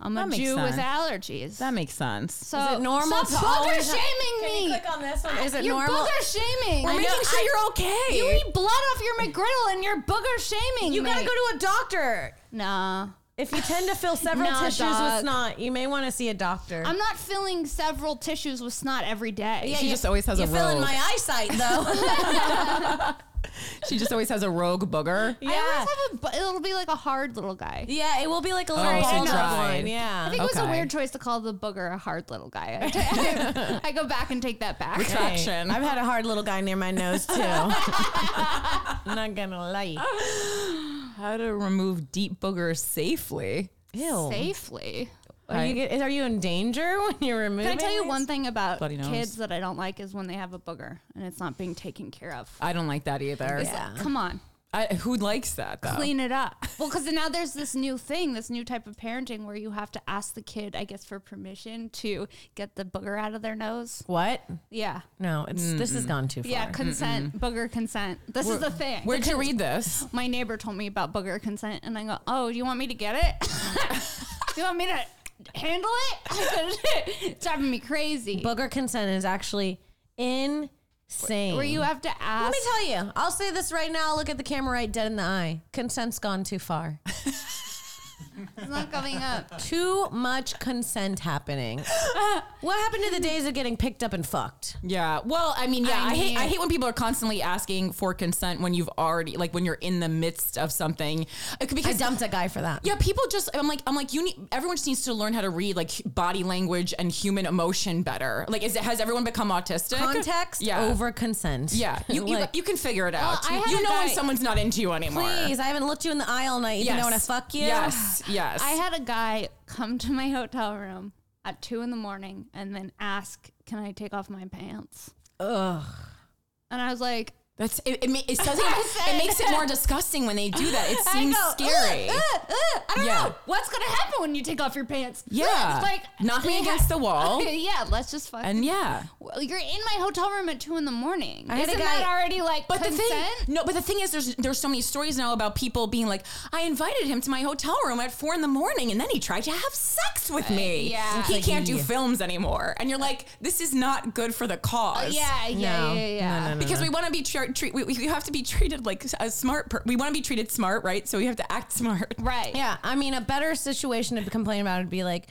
C: I'm a
D: that makes
C: Jew with
D: sense.
C: allergies.
D: That makes sense.
C: so
B: Is it normal
C: Stop
B: to
C: booger
B: always have- Can
C: shaming
B: you
C: me.
B: click on this one? Is it
C: you're
B: normal?
C: booger shaming.
D: We're
C: I know.
D: making sure
C: I-
D: you're okay.
C: You eat blood off your McGriddle and you're booger shaming.
B: you gotta
C: me.
B: go to a doctor.
C: Nah.
B: If you tend to feel several
C: Nah,
B: tissues with
C: dog.
B: snot, you may want to see a doctor.
C: I'm not filling several tissues with snot every day.
D: she just always has a
B: You're filling
D: rogue.
B: my eyesight though.
D: she just always has a rogue booger.
C: I always have a. bu- It'll be like a hard little guy.
B: Yeah, it will be like a little
D: Oh, so
B: ball
D: dried.
B: one.
C: I
B: Yeah.
C: think it was
D: Okay.
C: a weird choice to call the booger a hard little guy. I ta- I go back and take that back.
D: Retraction.
B: I've had a hard little guy near my nose too. Not gonna lie.
D: How to remove deep boogers safely?
B: Ew.
C: Safely.
B: Are you get- are you in danger when you're removing?
C: Can I tell you
B: these?
C: one thing about
D: Bloody nose.
C: kids that I don't like is when they have a booger and it's not being taken care of.
D: I don't like that either.
C: It's like, come on,
D: I, who likes that though?
C: clean it up. Well, because now there's this new thing, this new type of parenting where you have to ask the kid, I guess, for permission to get the booger out of their nose.
B: What?
C: Yeah.
B: No, it's this has gone too far.
C: Yeah, consent, booger consent. This is the thing.
D: Where'd you read this?
C: My neighbor told me about booger consent, and I go, "Oh, do you want me to get it? do you want me to handle it? it's driving me crazy."
B: Booger consent is actually insane.
C: where you have to ask.
B: Let me tell you. I'll say this right now. I'll look at the camera right dead in the eye. Consent's gone too far.
C: It's not coming up.
B: too much consent happening. what happened to the days of getting picked up and fucked?
D: Yeah. Well, I mean, yeah, I,
C: I
D: hate I
C: mean-
D: hate when people are constantly asking for consent when you've already like when you're in the midst of something. Uh,
B: I
D: Because
B: dumped a guy for that.
D: yeah, people just I'm like I'm like you need everyone just needs to learn how to read like body language and human emotion better. Like is it has everyone become autistic?
B: Context
D: Yeah.
B: over consent.
D: Yeah, you, you,
B: Like,
D: you can figure it out.
C: I had
D: you
C: a
D: know when
C: guy-
D: someone's not into you anymore.
B: please, I haven't looked you in the eye all night. You
D: Yes.
B: know when I fuck you.
D: Yes. Yes.
C: I had a guy come to my hotel room at two in the morning and then ask, "Can I take off my pants?"
B: Ugh.
C: And I was like,
D: That's it. It, ma- it, doesn't, it
C: said-
D: makes it more disgusting when they do that. It seems
C: I go, "Ugh,
D: scary.
C: ugh, ugh." I don't
D: Yeah.
C: know what's gonna happen when you take off your pants.
D: Yeah.
C: Ugh. like
D: Knock me
C: yeah.
D: against the wall.
C: yeah, let's just fucking.
D: And yeah.
C: Well, you're in my hotel room at two in the morning.
B: had a
C: Isn't
B: guy-
C: that already like
D: But
C: consent?
D: the thing, no. But the thing is, there's there's so many stories now about people being like, I invited him to my hotel room at four in the morning, and then he tried to have sex with me.
C: yeah.
D: he
B: It's like,
D: can't do
B: yeah.
D: films anymore. And you're like, this is not good for the cause.
C: yeah, yeah,
B: No.
C: yeah, yeah.
B: No, no, no.
C: Mm-hmm.
D: because we want to be cheer- are treat. We, we, you have to be treated like a smart. Per- we want to be treated smart, right? So we have to act smart.
C: Right.
B: Yeah, I mean, a better situation to complain about would be like,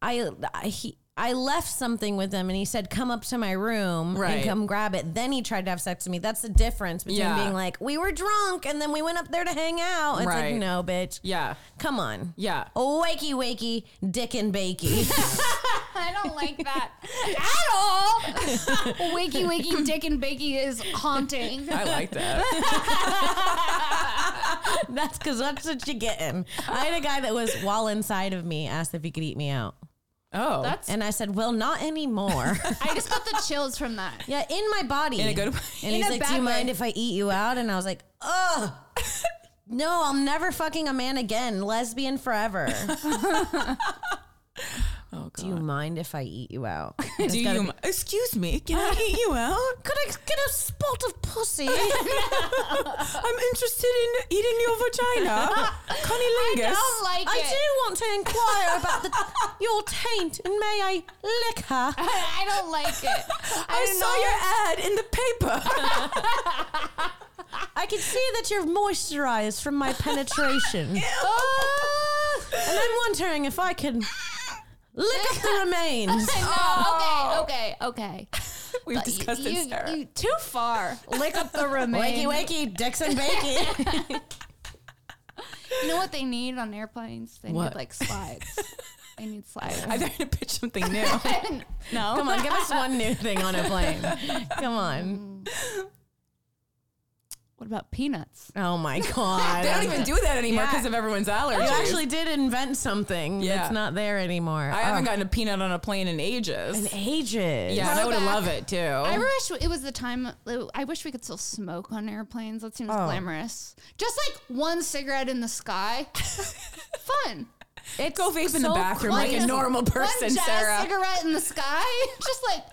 B: I, I he. I left something with him and he said, Come up to my room
D: Right.
B: and come grab it. Then he tried to have sex with me. That's the difference between
D: Yeah.
B: being like, We were drunk and then we went up there to hang out. It's
D: Right.
B: like, No, bitch.
D: Yeah.
B: Come on.
D: Yeah.
C: Oh,
B: Wakey, wakey, dick and bakey.
C: I don't like that at all. Wakey, wakey, dick and bakey is haunting.
D: I like that.
B: That's because that's what you're getting. I had a guy that was while inside of me asked if he could eat me out.
D: Oh,
C: That's.
B: And I said, Well, not anymore.
C: I just got the chills from that.
B: yeah, in my body.
D: in a good.
B: And
C: In
B: he's
C: a
B: like,
C: bad
B: Do you
C: way.
B: mind if I eat you out? And I was like, Ugh. No, I'm never fucking a man again. Lesbian forever.
D: Oh
B: Do you mind if I eat you out?
D: God. Do you? m- Excuse me. Can I eat you out?
B: Could I get a spot of pussy?
D: I'm interested in eating your vagina. Cunnilingus.
C: Don't like
B: I
C: it.
B: do want to inquire about the, your taint, and may I lick her?
C: I don't like it. I,
D: I
C: don't know.
D: saw your ad in the paper.
B: I can see that you're moisturized from my penetration.
D: Oh.
B: And I'm wondering if I can lick up the remains.
C: I
B: Oh.
C: know. Okay, okay, okay.
D: We've
C: But you-
D: discussed
C: you-
D: it, Sarah.
C: you- too far. Lick up the
B: Wakey,
C: remains.
B: wakey, Dixon Bakey.
C: You know what they need on airplanes? They
D: What?
C: need like slides. they need slides.
D: I'm trying to pitch something new.
C: no.
B: Come on, give us one new thing on a plane. Come on.
C: What about peanuts?
B: Oh my God.
D: they don't even do that anymore because
B: Yeah.
D: of everyone's allergies.
B: You actually did invent something
D: Yeah.
B: that's not there anymore.
D: I
C: um,
D: haven't
B: Oh,
D: gotten a peanut on a plane in ages.
B: in ages.
D: yeah, and I would
C: Throwback.
D: love it too.
C: I wish it was the time. I wish we could still smoke on airplanes. That seems
D: Oh.
C: glamorous. Just like one cigarette in the sky. Fun.
D: It's go vape in the
B: so
D: bathroom like a
C: quiet.
D: normal person,
C: one jazz
D: Sarah.
C: cigarette in the sky. Just like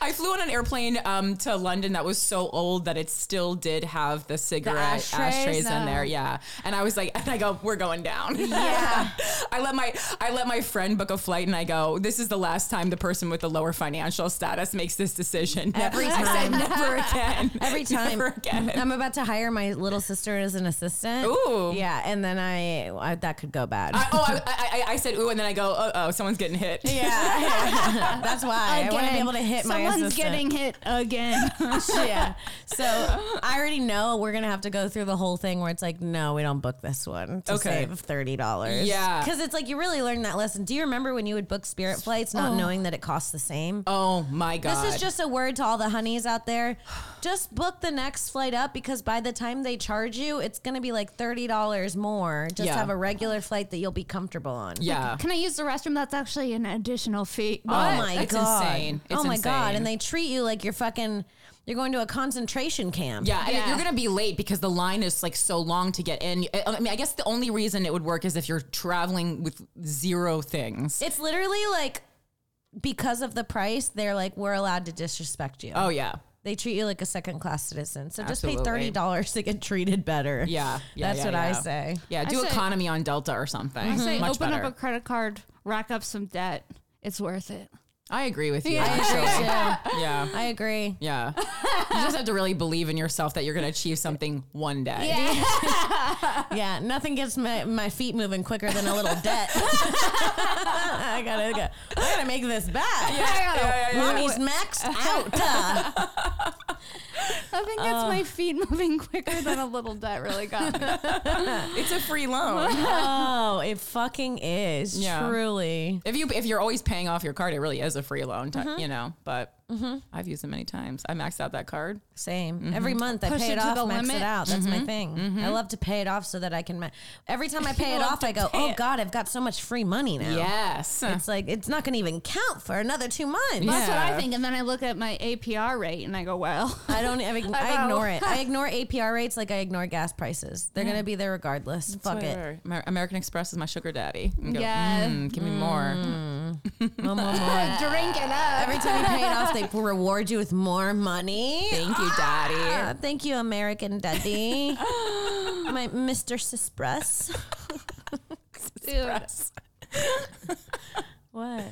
D: I flew on an airplane um, to London that was so old that it still did have the cigarette ashtrays,
C: ashtrays?
D: in
C: No.
D: there. Yeah, and I was like, and I go, we're going down. Yeah, I let my I let my friend book a flight, and I go, this is the last time the person with the lower financial status makes this decision.
B: Every
D: I said,
B: time.
D: never again.
B: Every time.
D: never again.
B: I'm about to hire my little sister as an assistant.
D: Ooh.
B: Yeah, and then I, I that could go bad.
D: I, oh, I, I, I- I said ooh, and then I go, oh, oh someone's getting hit.
B: yeah, that's why I want to be
C: again,
B: able to hit my
C: Someone's
B: assistant.
C: getting hit again.
B: yeah. So I already know we're gonna have to go through the whole thing where it's like, no, we don't book this one to
D: Okay.
B: save thirty dollars.
D: Yeah.
B: because it's like you really learned that lesson. Do you remember when you would book Spirit flights, not knowing that it costs the same?
D: Oh my god!
B: This is just a word to all the honeys out there. Just book the next flight up because by the time they charge you, it's going to be like $30 more. Just
D: Yeah.
B: have a regular flight that you'll be comfortable on.
D: yeah.
C: Can I use the restroom? That's actually an additional fee.
B: Oh
D: What?
B: my
D: That's
B: god!
D: insane. It's
B: oh my god!
D: insane.
B: And they treat you like you're fucking. You're going to a concentration camp.
D: Yeah, and
C: Yeah.
D: you're gonna be late because the line is like so long to get in. I I mean, I guess the only reason it would work is if you're traveling with zero things.
B: It's literally like because of the price, they're like, we're allowed to disrespect you.
D: oh yeah,
B: They treat you like a second class citizen. So just pay
D: Absolutely.
B: thirty dollars to get treated better.
D: yeah, yeah
B: That's
D: yeah,
B: what I
D: yeah.
B: say.
D: Yeah, do
C: say-
D: economy on Delta or something.
C: I say
D: Much
C: open
D: better.
C: up a credit card, rack up some debt. It's worth it.
D: I agree with you.
B: I
D: actually.
B: agree too.
D: yeah.
B: I agree.
D: Yeah. You just have to really believe in yourself that you're going to achieve something one day.
B: Yeah, nothing gets my, my feet moving quicker than a little debt. I gotta go. I gotta make this back.
D: yeah, yeah, yeah.
B: Mommy's maxed out.
C: I think that's
D: Oh.
C: my feet moving quicker than a little debt really got me.
D: It's a free loan.
B: oh, it fucking is.
D: Yeah.
B: Truly.
D: if you if you're always paying off your card, it really is a free loan, ti- you know. But I've used it many times. I maxed out that card.
B: Same. Every month I
C: Mm-hmm. Push
B: pay
C: it
B: it,
C: to
B: off,
C: the
B: max
C: limit. Mm-hmm.
B: it out. That's my thing. I love to pay it off so that I can. Ma- Every time I pay it
D: love
B: off,
D: to
B: I go,
D: pay
B: oh
D: it."
B: God, I've got so much free money now.
D: Yes.
B: It's like, it's not going to even count for another two months.
D: Yeah.
C: That's what I think. And then I look at my APR rate and I go, well,
B: I don't. I, ign-
C: I
B: I,
C: know.
B: ignore it. I ignore APR rates like I ignore gas prices. They're gonna be there regardless. Fuck it.
D: Whatever. Amer- American Express is my sugar daddy. And go,
C: Yeah.
D: "Mm, give me more.
B: One more, more.
C: drink it up.
B: Every time you pay it off, they reward you with more money.
D: Thank you, daddy.
B: Ah, thank you, American Daddy. My Mr. Sispress.
C: Dude,
B: What?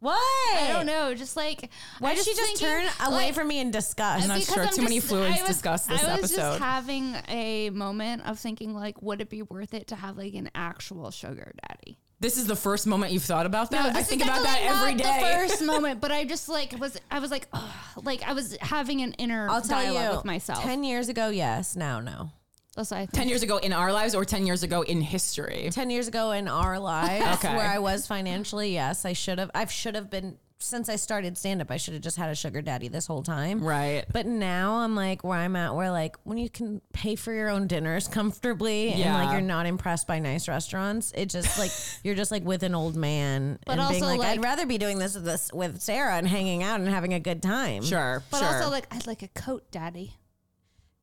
B: What?
C: I don't know. Just like
B: Why
C: I
B: did she just
C: thinking,
B: turn away
C: like,
B: from me in disgust?
D: not
C: because
D: sure. Too many fluids
C: I was-
D: discussed this
C: I was
D: episode.
C: just having a moment of thinking, like, would it be worth it to have like an actual sugar daddy?
D: This is the first moment you've thought about that. I
C: this is
D: think about that
C: definitely
D: every
C: not
D: day.
C: The first moment, but I just like was I was like, ugh, like I was having an inner
B: I'll tell
C: dialogue
B: you.
C: with myself.
B: Ten years ago, yes. Now, no.
C: That's what I think.
D: Ten years ago in our lives, or ten years ago in history.
B: Ten years ago in our lives,
D: Okay.
B: where I was financially, yes, I should have. I should have been since I started stand up. I should have just had a sugar daddy this whole time,
D: Right.
B: But now I'm like where I'm at, where like when you can pay for your own dinners comfortably, and
D: Yeah.
B: like you're not impressed by nice restaurants, it just like you're just like with an old man,
C: But
B: and being
C: also,
B: like, I'd
C: like-
B: rather be doing this with this with Sarah and hanging out and having a good time.
D: Sure.
C: But
D: sure.
C: also, like, I'd like a coat, daddy.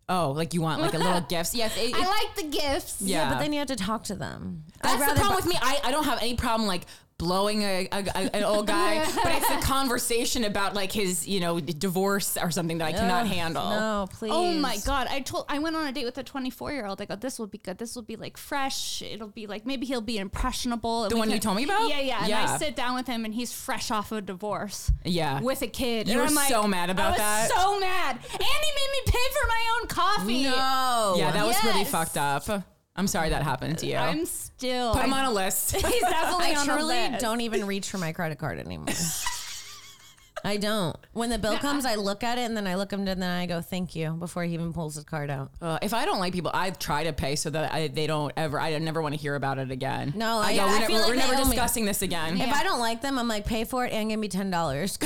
D: oh, like you want like a little gifts. Yes. It, it-
C: I like the gifts.
D: yeah.
B: but then you have to talk to them.
D: That's
B: I'd
D: the
B: rather
D: problem
B: bu-
D: with me. I, I don't have any problem like blowing a, a, a- an old guy, but it's the conversation about like his you know d- divorce or something that I cannot handle.
B: No, please.
C: Oh my god! I told I went on a date with a 24 year old. I go, this will be good. This will be like fresh. It'll be like maybe he'll be impressionable. and
D: The
C: we
D: one you told me about?
C: Yeah, yeah. And
D: Yeah.
C: I sit down with him, and he's fresh off of a divorce.
D: Yeah.
C: with a kid.
D: You
C: and
D: were
C: I'm like,
D: so mad about
C: I was
D: that.
C: So mad, and he made me pay for my own coffee.
B: No.
D: Yeah, that was pretty
C: Yes.
D: fucked up. I'm sorry that happened to you.
C: I'm still.
D: Put him
C: I-
D: on a list.
C: he's
B: I
C: definitely on a
B: truly
C: list.
B: don't even reach for my credit card anymore. I don't. When the bill comes, I look at it and then I look at it and then I go, "Thank you," before he even pulls his card out.
D: Uh, if I don't like people, I try to pay so that I, they don't ever. I never want to hear about it again.
B: No,
D: I,
B: I-
D: go.
B: I
D: we're
B: feel
D: never,
B: like
D: we're
B: they
D: never
B: owe me.
D: discussing this again.
B: If I don't like them, I'm like, "Pay for it and give me ten dollars."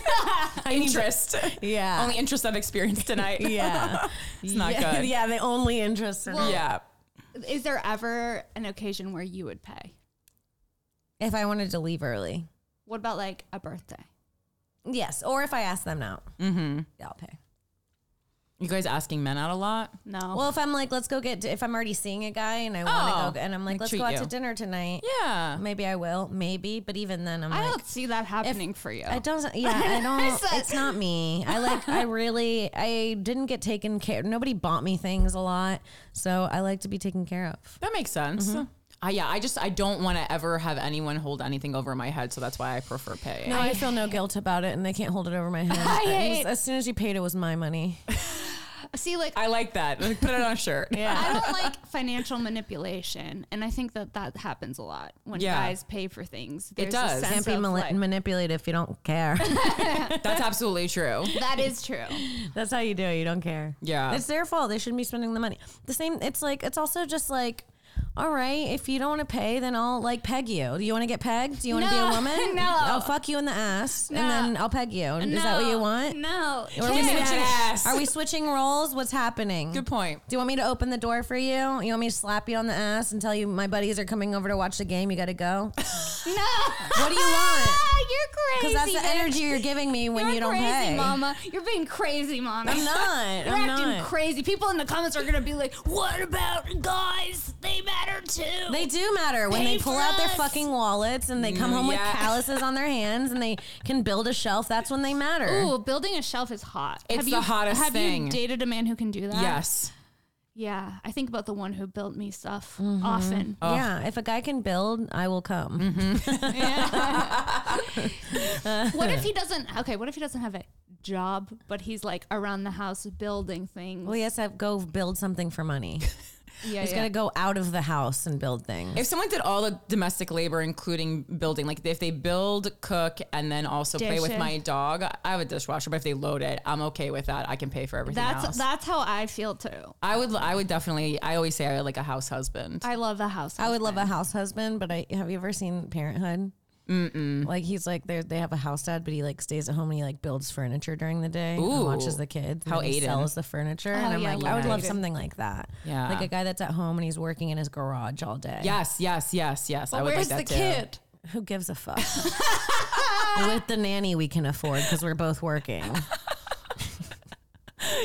D: interest,
B: yeah,
D: only interest I've experienced tonight.
B: yeah,
D: it's not
B: yeah,
D: good.
B: Yeah, the only interest. in
C: Well-
B: it.
D: yeah.
C: Is there ever an occasion where you would pay?
B: If I wanted to leave early,
C: What about like a birthday?
B: yes, or if I ask them out, mm-hmm. yeah, I'll pay.
D: You guys asking men out a lot?
C: No.
B: Well, if I'm like, let's go get. If I'm already seeing a guy and I want to
D: Oh,
B: go, and I'm like,
D: like,
B: let's
D: treat
B: go out
D: you.
B: to dinner tonight.
D: Yeah.
B: Maybe I will, maybe. But even then, I'm
C: I
B: like,
C: don't see that happening for you.
B: It doesn't. Yeah, I
C: It's
B: don't.
C: like-
B: it's not me. I like. I really. I didn't get taken care. Nobody bought me things a lot, so I like to be taken care of.
D: That makes sense. I, yeah, I just I don't want to ever have anyone hold anything over my head, so that's why I prefer paying.
B: No, I, feel no guilt about it, and I can't hold it over my head.
C: I
B: It was-
C: hate-
B: as soon as you paid, it was my money.
C: see, like
D: I like that. Like, put it on a shirt.
C: I don't like financial manipulation, and I think that that happens a lot when
D: Yeah.
C: guys pay for things. There's a
D: does.
C: sense
B: Can't be
C: of,
B: mali-
C: like-
B: manipulative if you don't care.
D: That's absolutely true.
C: that is true.
B: That's how you do it. You don't care.
D: Yeah.
B: It's their fault. They shouldn't be spending the money. The same, it's like, it's also just like, all right, if you don't want to pay, then I'll like peg you. Do you want to get pegged? Do you want to
C: No.
B: be a woman?
C: No.
B: I'll fuck you in the ass
C: No.
B: and then I'll peg you. Is that what you
C: No.
B: want?
C: No.
B: Are we,
C: Kids.
B: switching,
D: ass.
B: are we switching roles? What's happening?
D: Good point.
B: Do you want me to open the door for you? You want me to slap you on the ass and tell you my buddies are coming over to watch the game? You got to go?
C: No.
B: What do you want?
C: You're crazy.
B: Because that's the
C: bitch.
B: energy you're giving me when
C: You're
B: you do not
C: crazy,
B: pay.
C: mama. You're being crazy, mama.
B: I'm not.
C: You're
B: I'm
C: acting
B: not.
C: crazy. People in the comments are gonna be like, "What about guys? They matter too."
B: They do matter when
C: Pay
B: they pull
C: for
B: out their
C: us.
B: fucking wallets and they come home
D: yeah.
B: with calluses on their hands and they can build a shelf. That's when they matter.
C: Ooh, building a shelf is hot.
D: It's the hottest
C: have
D: thing.
C: you dated a man who can do that?
D: Yes.
C: Yeah, I think about the one who built me stuff
B: Mm-hmm.
C: often.
D: Oh.
B: Yeah, if a guy can build, I will come.
C: What if he doesn't? Okay, what if he doesn't have a job, but he's like around the house building things?
B: Well, yes, I go build something for money.
C: yeah,
B: He's got to go out of the house and build things.
D: If someone did all the domestic labor, including building, like if they build, cook, and then also play with
C: Dishes.
D: my dog, I have a dishwasher. But if they load it, I'm okay with that. I can pay for everything
C: That's
D: else.
C: that's how I feel too.
D: I would. I would definitely. I always say I would like a house husband.
C: I love a house.
B: I would love a house husband, but I have you ever seen Parenthood? Mm-mm. Like he's like they they have a house dad, but he like stays at home and he like builds furniture during the day and
D: Ooh.
B: watches the kids. and
D: How
B: then he
D: Aiden.
B: sells the furniture, and I'm
C: yeah, I
B: like, Oh,
C: love
B: I would love
C: Aiden.
B: something like that.
D: Yeah.
B: like a guy that's at home and he's working in his garage all day.
D: yes, yes, yes, yes. I would
C: Where's
D: like that
C: the
D: too.
C: kid?
B: Who gives a fuck? With the nanny we can afford because we're both working.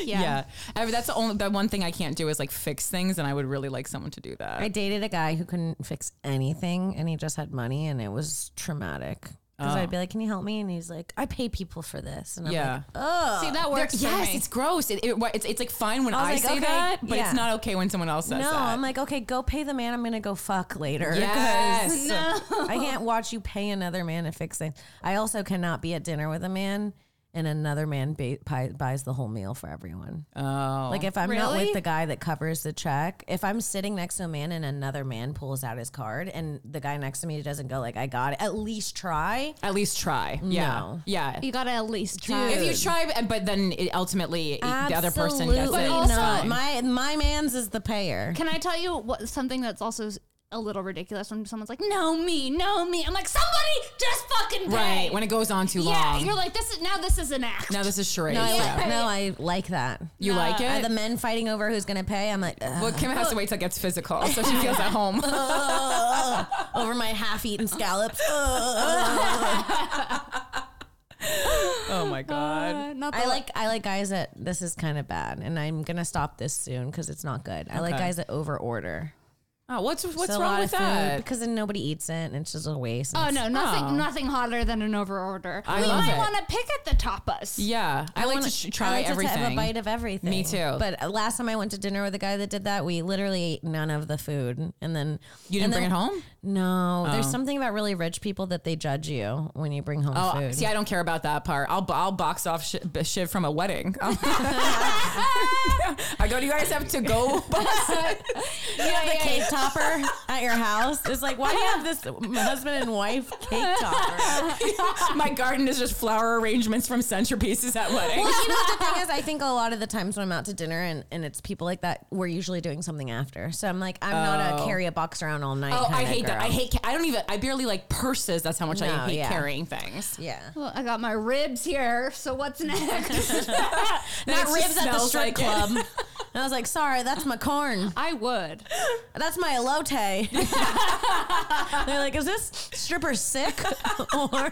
D: Yeah, I mean, that's the only the one thing I can't do is like fix things, and I would really like someone to do that.
B: I dated a guy who couldn't fix anything and he just had money and it was traumatic. Because I'd be like, "Can you help me?" And he's like, "I pay people for this." And I'm
D: Yeah.
B: like, "Oh,
C: See, that works. for
D: yes,
C: me.
D: it's gross. It, it, it's it's like fine when
B: I was
D: I
B: like,
D: say
B: okay,
D: that, but
B: yeah.
D: it's not okay when someone else says
B: no!"
D: that.
B: I'm like, "Okay, go pay the man. I'm gonna go fuck later." 'cause
D: Yes.
C: no.
B: I can't watch you pay another man to fix things. I also cannot be at dinner with a man and another man ba- pi- buys the whole meal for everyone.
D: Oh.
B: Like if I'm not
C: Really?
B: with the guy that covers the check, if I'm sitting next to a man and another man pulls out his card and the guy next to me doesn't go like I got it, at least try.
D: At least try. Yeah.
B: No.
D: Yeah.
C: You gotta at least try.
D: If you try, and- but then it ultimately it- the other person gets it.
B: Absolutely
C: But
D: it's
C: also-
B: not.
D: fine.
B: My my man's is the payer.
C: Can I tell you what something that's also s- a little ridiculous when someone's like, "No me, no me." I'm like, "Somebody just fucking pay."
D: right. When it goes on too
C: yeah,
D: long.
C: you're like, "This is now. This is an act."
D: now this is charade.
B: No, I
D: yeah.
B: like, no, I like that.
D: You
C: No.
D: like
B: Uh,
D: it?
B: the men fighting over who's gonna pay. I'm like ugh,
D: well, Kim has to wait till it gets physical, so she feels at home.
B: Oh
D: Uh,
B: over my half-eaten scallops. Ugh.
D: oh my god.
C: Uh, not
B: I
C: the-
B: like I like guys that this is kind of bad, and I'm gonna stop this soon because it's not good. I like
D: Okay.
B: guys that over order.
D: Oh, what's what's wrong with that?
B: because then nobody eats it and it's just a waste. and
C: Oh
B: it's-
C: no, nothing,
D: Oh.
C: nothing hotter than an overorder.
D: I
C: we
D: love
C: might
D: it.
C: want to pick at the tapas.
D: Yeah, I, like
B: wanna-
D: to sh- try
B: I like to
D: everything.
B: have a bite of everything.
D: Me too.
B: But uh, last time I went to dinner with a guy that did that, we literally ate none of the food, and then
D: you didn't
B: and
D: bring it
B: then-
D: home?
B: No, there's something about really rich people that they judge you when you bring home
D: Oh,
B: food.
D: see, I don't care about that part. I'll I'll box off sh- b- shit from a wedding. I go. Do you guys have to go? box it?"
B: You have the cake topper at your house. It's like, why do you have this husband and wife cake topper?
D: My garden is just flower arrangements from centerpieces at weddings.
B: Well, you know what the thing is, I think a lot of the times when I'm out to dinner and, and it's people like that, we're usually doing something after. So I'm like, I'm not a carry a box around all night.
D: Oh, I
B: kinda
D: hate that.
B: girl.
D: I hate. ca- I don't even. I barely like purses. That's how much
B: No,
D: I hate
B: yeah.
D: carrying things.
B: Yeah.
C: Well, I got my ribs here, so what's next?
D: That
B: Not ribs at the strip club. and I was like, sorry, that's my corn.
C: I would.
B: That's my elote. They're like, is this stripper sick? or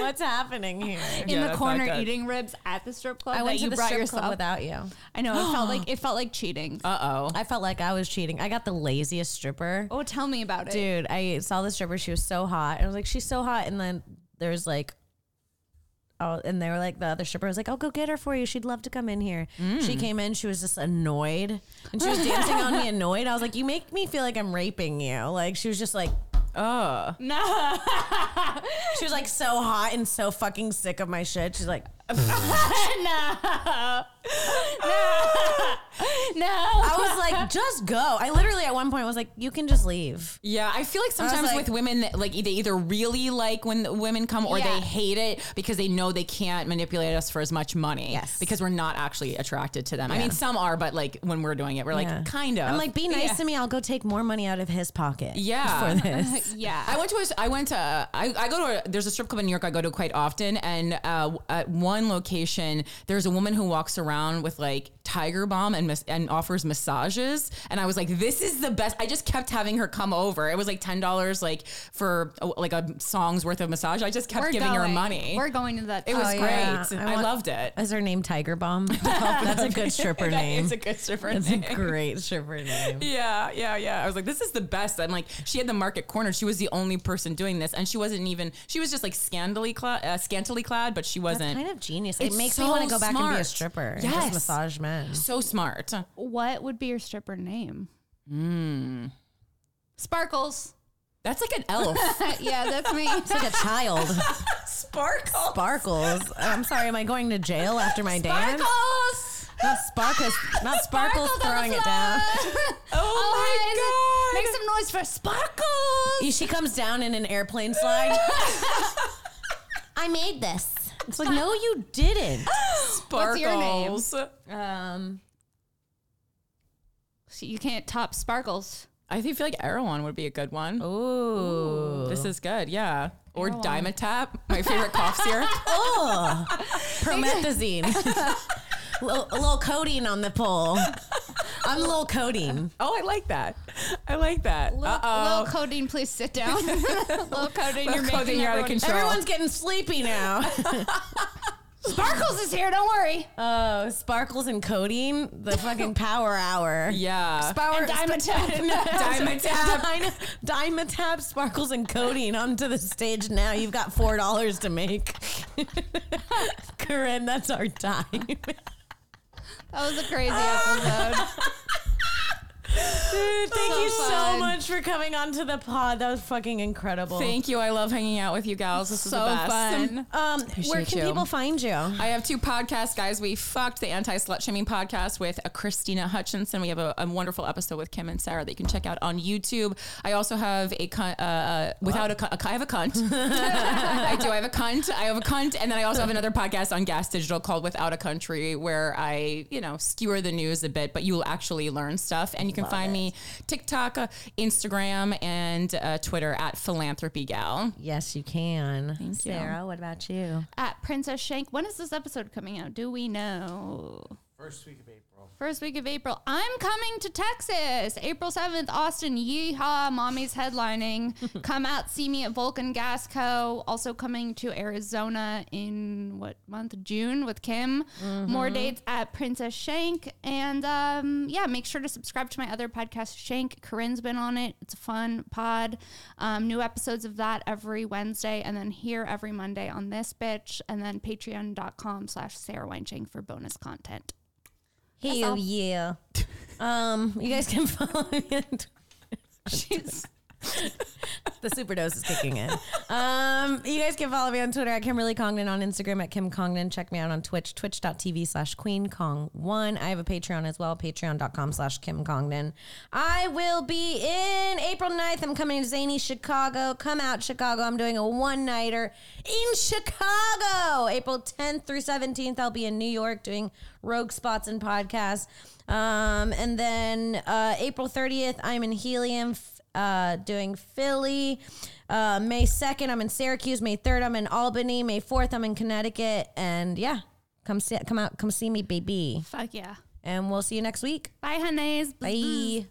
B: what's happening here?
C: In
D: Yeah,
C: the
D: that's
C: corner
D: not good.
C: eating ribs at the strip club
B: I
C: that
B: went to
C: you
B: the
C: brought
B: strip
C: yourself.
B: club without you.
C: I know it felt like it felt like cheating.
D: Uh oh.
B: I felt like I was cheating. I got the laziest stripper.
C: oh, tell me about it.
B: Dude, I saw the stripper. She was so hot. I was like, she's so hot. And then there was like, oh, and they were like, the other stripper was like, I'll go get her for you. She'd love to come in here.
C: Mm.
B: She came in. She was just annoyed. And she was dancing on me annoyed. I was like, you make me feel like I'm raping you. Like, she was just like,
D: Oh.
C: No,
B: she was like so hot and so fucking sick of my shit. She's like,
C: no, no, no.
B: I was like, just go. I literally at one point was like, you can just leave.
D: Yeah, I feel like
B: was
D: sometimes
B: like-
D: with women, that, like they either really like when the women come or
C: Yeah.
D: they hate it because they know they can't manipulate us for as much money.
B: Yes.
D: because we're not actually attracted to them. I mean, some are, but like when we're doing it, we're
B: Yeah.
D: like kind of.
B: I'm like, be nice
C: Yeah.
B: to me. I'll go take more money out of his pocket.
D: Yeah.
B: For this.
C: yeah.
D: I went to a, I went to a, I, I go to a, there's a strip club in New York I go to quite often and uh, at one location there's a woman who walks around with like Tiger Bomb and mas- and offers massages and I was like this is the best I just kept having her come over it was like ten dollars like for uh, like a song's worth of massage I just kept giving her
C: going.
D: money
C: We're going to that.
D: it was
B: Oh,
D: great
B: yeah. I
D: I,
B: want-
D: loved it
B: Is her name Tiger Bomb? That's a good stripper name.
D: it's a good stripper
B: That's
D: name.
B: a great stripper name.
D: Yeah, yeah, yeah. I was like, this is the best. I'm like, she had the market cornered. She was the only person doing this, and she wasn't even. She was just like scantily clad, uh, scantily clad, but she wasn't.
B: Kind of genius. It
D: It's
B: makes me
D: so
B: want to go back and be a
D: smart.
B: stripper. and
D: Yes.
B: just massage men.
D: so smart.
C: what would be your stripper name? Hmm. Sparkles.
D: That's like an elf.
C: yeah, that's me.
B: It's like a child.
D: Sparkle.
B: Sparkles. I'm sorry. Am I going to jail after my dance?
C: Sparkles.
D: Oh
B: Not sparkles. Not sparkles
C: Sparkles on
B: throwing
C: the
B: it down.
C: floor.
D: Oh,
C: Oh,
D: my
C: hey,
D: god.
C: Make some noise for Sparkles.
B: She comes down in an airplane slide. I made this. It's like no, you didn't.
D: Sparkles.
C: your name?
B: Um,
C: So you can't top Sparkles.
D: I think feel like Erewhon would be a good one.
B: ooh,
D: This is good. Yeah. Or Dimetap, my favorite cough syrup.
B: oh, promethazine. Lil- a little codeine on the pole. I'm a little codeine.
D: Oh, I like that. I like that.
C: Lil,
D: Uh oh.
C: Lil Codeine, please sit down. Lil Codeine,
D: Lil
C: you're making
D: Codeine, you're out
C: everyone-
D: of control.
B: Everyone's getting sleepy now.
C: Sparkles is here. Don't worry.
D: Uh,
B: Oh, Sparkles and Codeine, the fucking power hour.
D: Yeah.
B: Power,
C: And Dimetap.
D: Dimetap.
B: Dime- Dimetap, Sparkles, and Codeine onto the stage now. You've got $4 to make. Corinne, that's our time.
C: That was a crazy episode.
B: Dude, thank
C: So
B: you so
C: fun.
B: much for coming onto the pod. That was fucking incredible.
D: Thank you. I love hanging out with you gals. This is the
C: So
D: best.
C: fun.
B: um, where can
D: you.
B: people find you?
D: I have two podcasts, guys. We fucked the anti slut shaming podcast with uh, Christina Hutchinson. We have a, a wonderful episode with Kim and Sarah that you can check out on YouTube. I also have a cunt, uh, uh, without a cu- a cu- I have a cunt. I do. I have a cunt. I have a cunt, and then I also have another podcast on Gas Digital called Without a Country, where I you know skewer the news a bit, but you'll actually learn stuff. And you can find me TikTok, uh, Instagram, and uh, Twitter at philanthropy gal.
B: Yes, you can. Thank
D: you.
B: Sarah, what about you?
C: At Princess Shank. When is this episode coming out? Do we know?
E: First week of April.
C: First week of April. I'm coming to Texas. April 7th, Austin. Yeehaw. Mommy's headlining. Come out, see me at Vulcan Gas Co. Also coming to Arizona in what month? June with Kim. More dates at Princess Shank. And um, yeah, make sure to subscribe to my other podcast, Shank. Corinne's been on it. It's a fun pod. Um, new episodes of that every Wednesday and then here every Monday on this bitch. And then patreon.com slash Sarah Weinshank for bonus content.
B: Hell yeah. Um, you guys can follow me on Twitter.
C: She's
B: the superdose is kicking in. Um, you guys can follow me on Twitter at Kimberly Congdon, on Instagram at Kim Congdon. Check me out on Twitch, twitch.tv slash Queen Kong1. I have a Patreon as well, patreon.com slash Kim Congdon. I will be in April 9th. I'm coming to Zany, Chicago. Come out, Chicago. I'm doing a one nighter in Chicago. April 10th through 17th, I'll be in New York doing rogue spots and podcasts. Um, and then uh, April 30th, I'm in Helium uh, doing Philly. Uh, May 2nd, I'm in Syracuse. May 3rd, I'm in Albany. May 4th, I'm in Connecticut. And yeah, come see, come out, come see me, baby.
C: fuck yeah.
B: And we'll see you next week.
C: Bye, honeys.
B: Bye.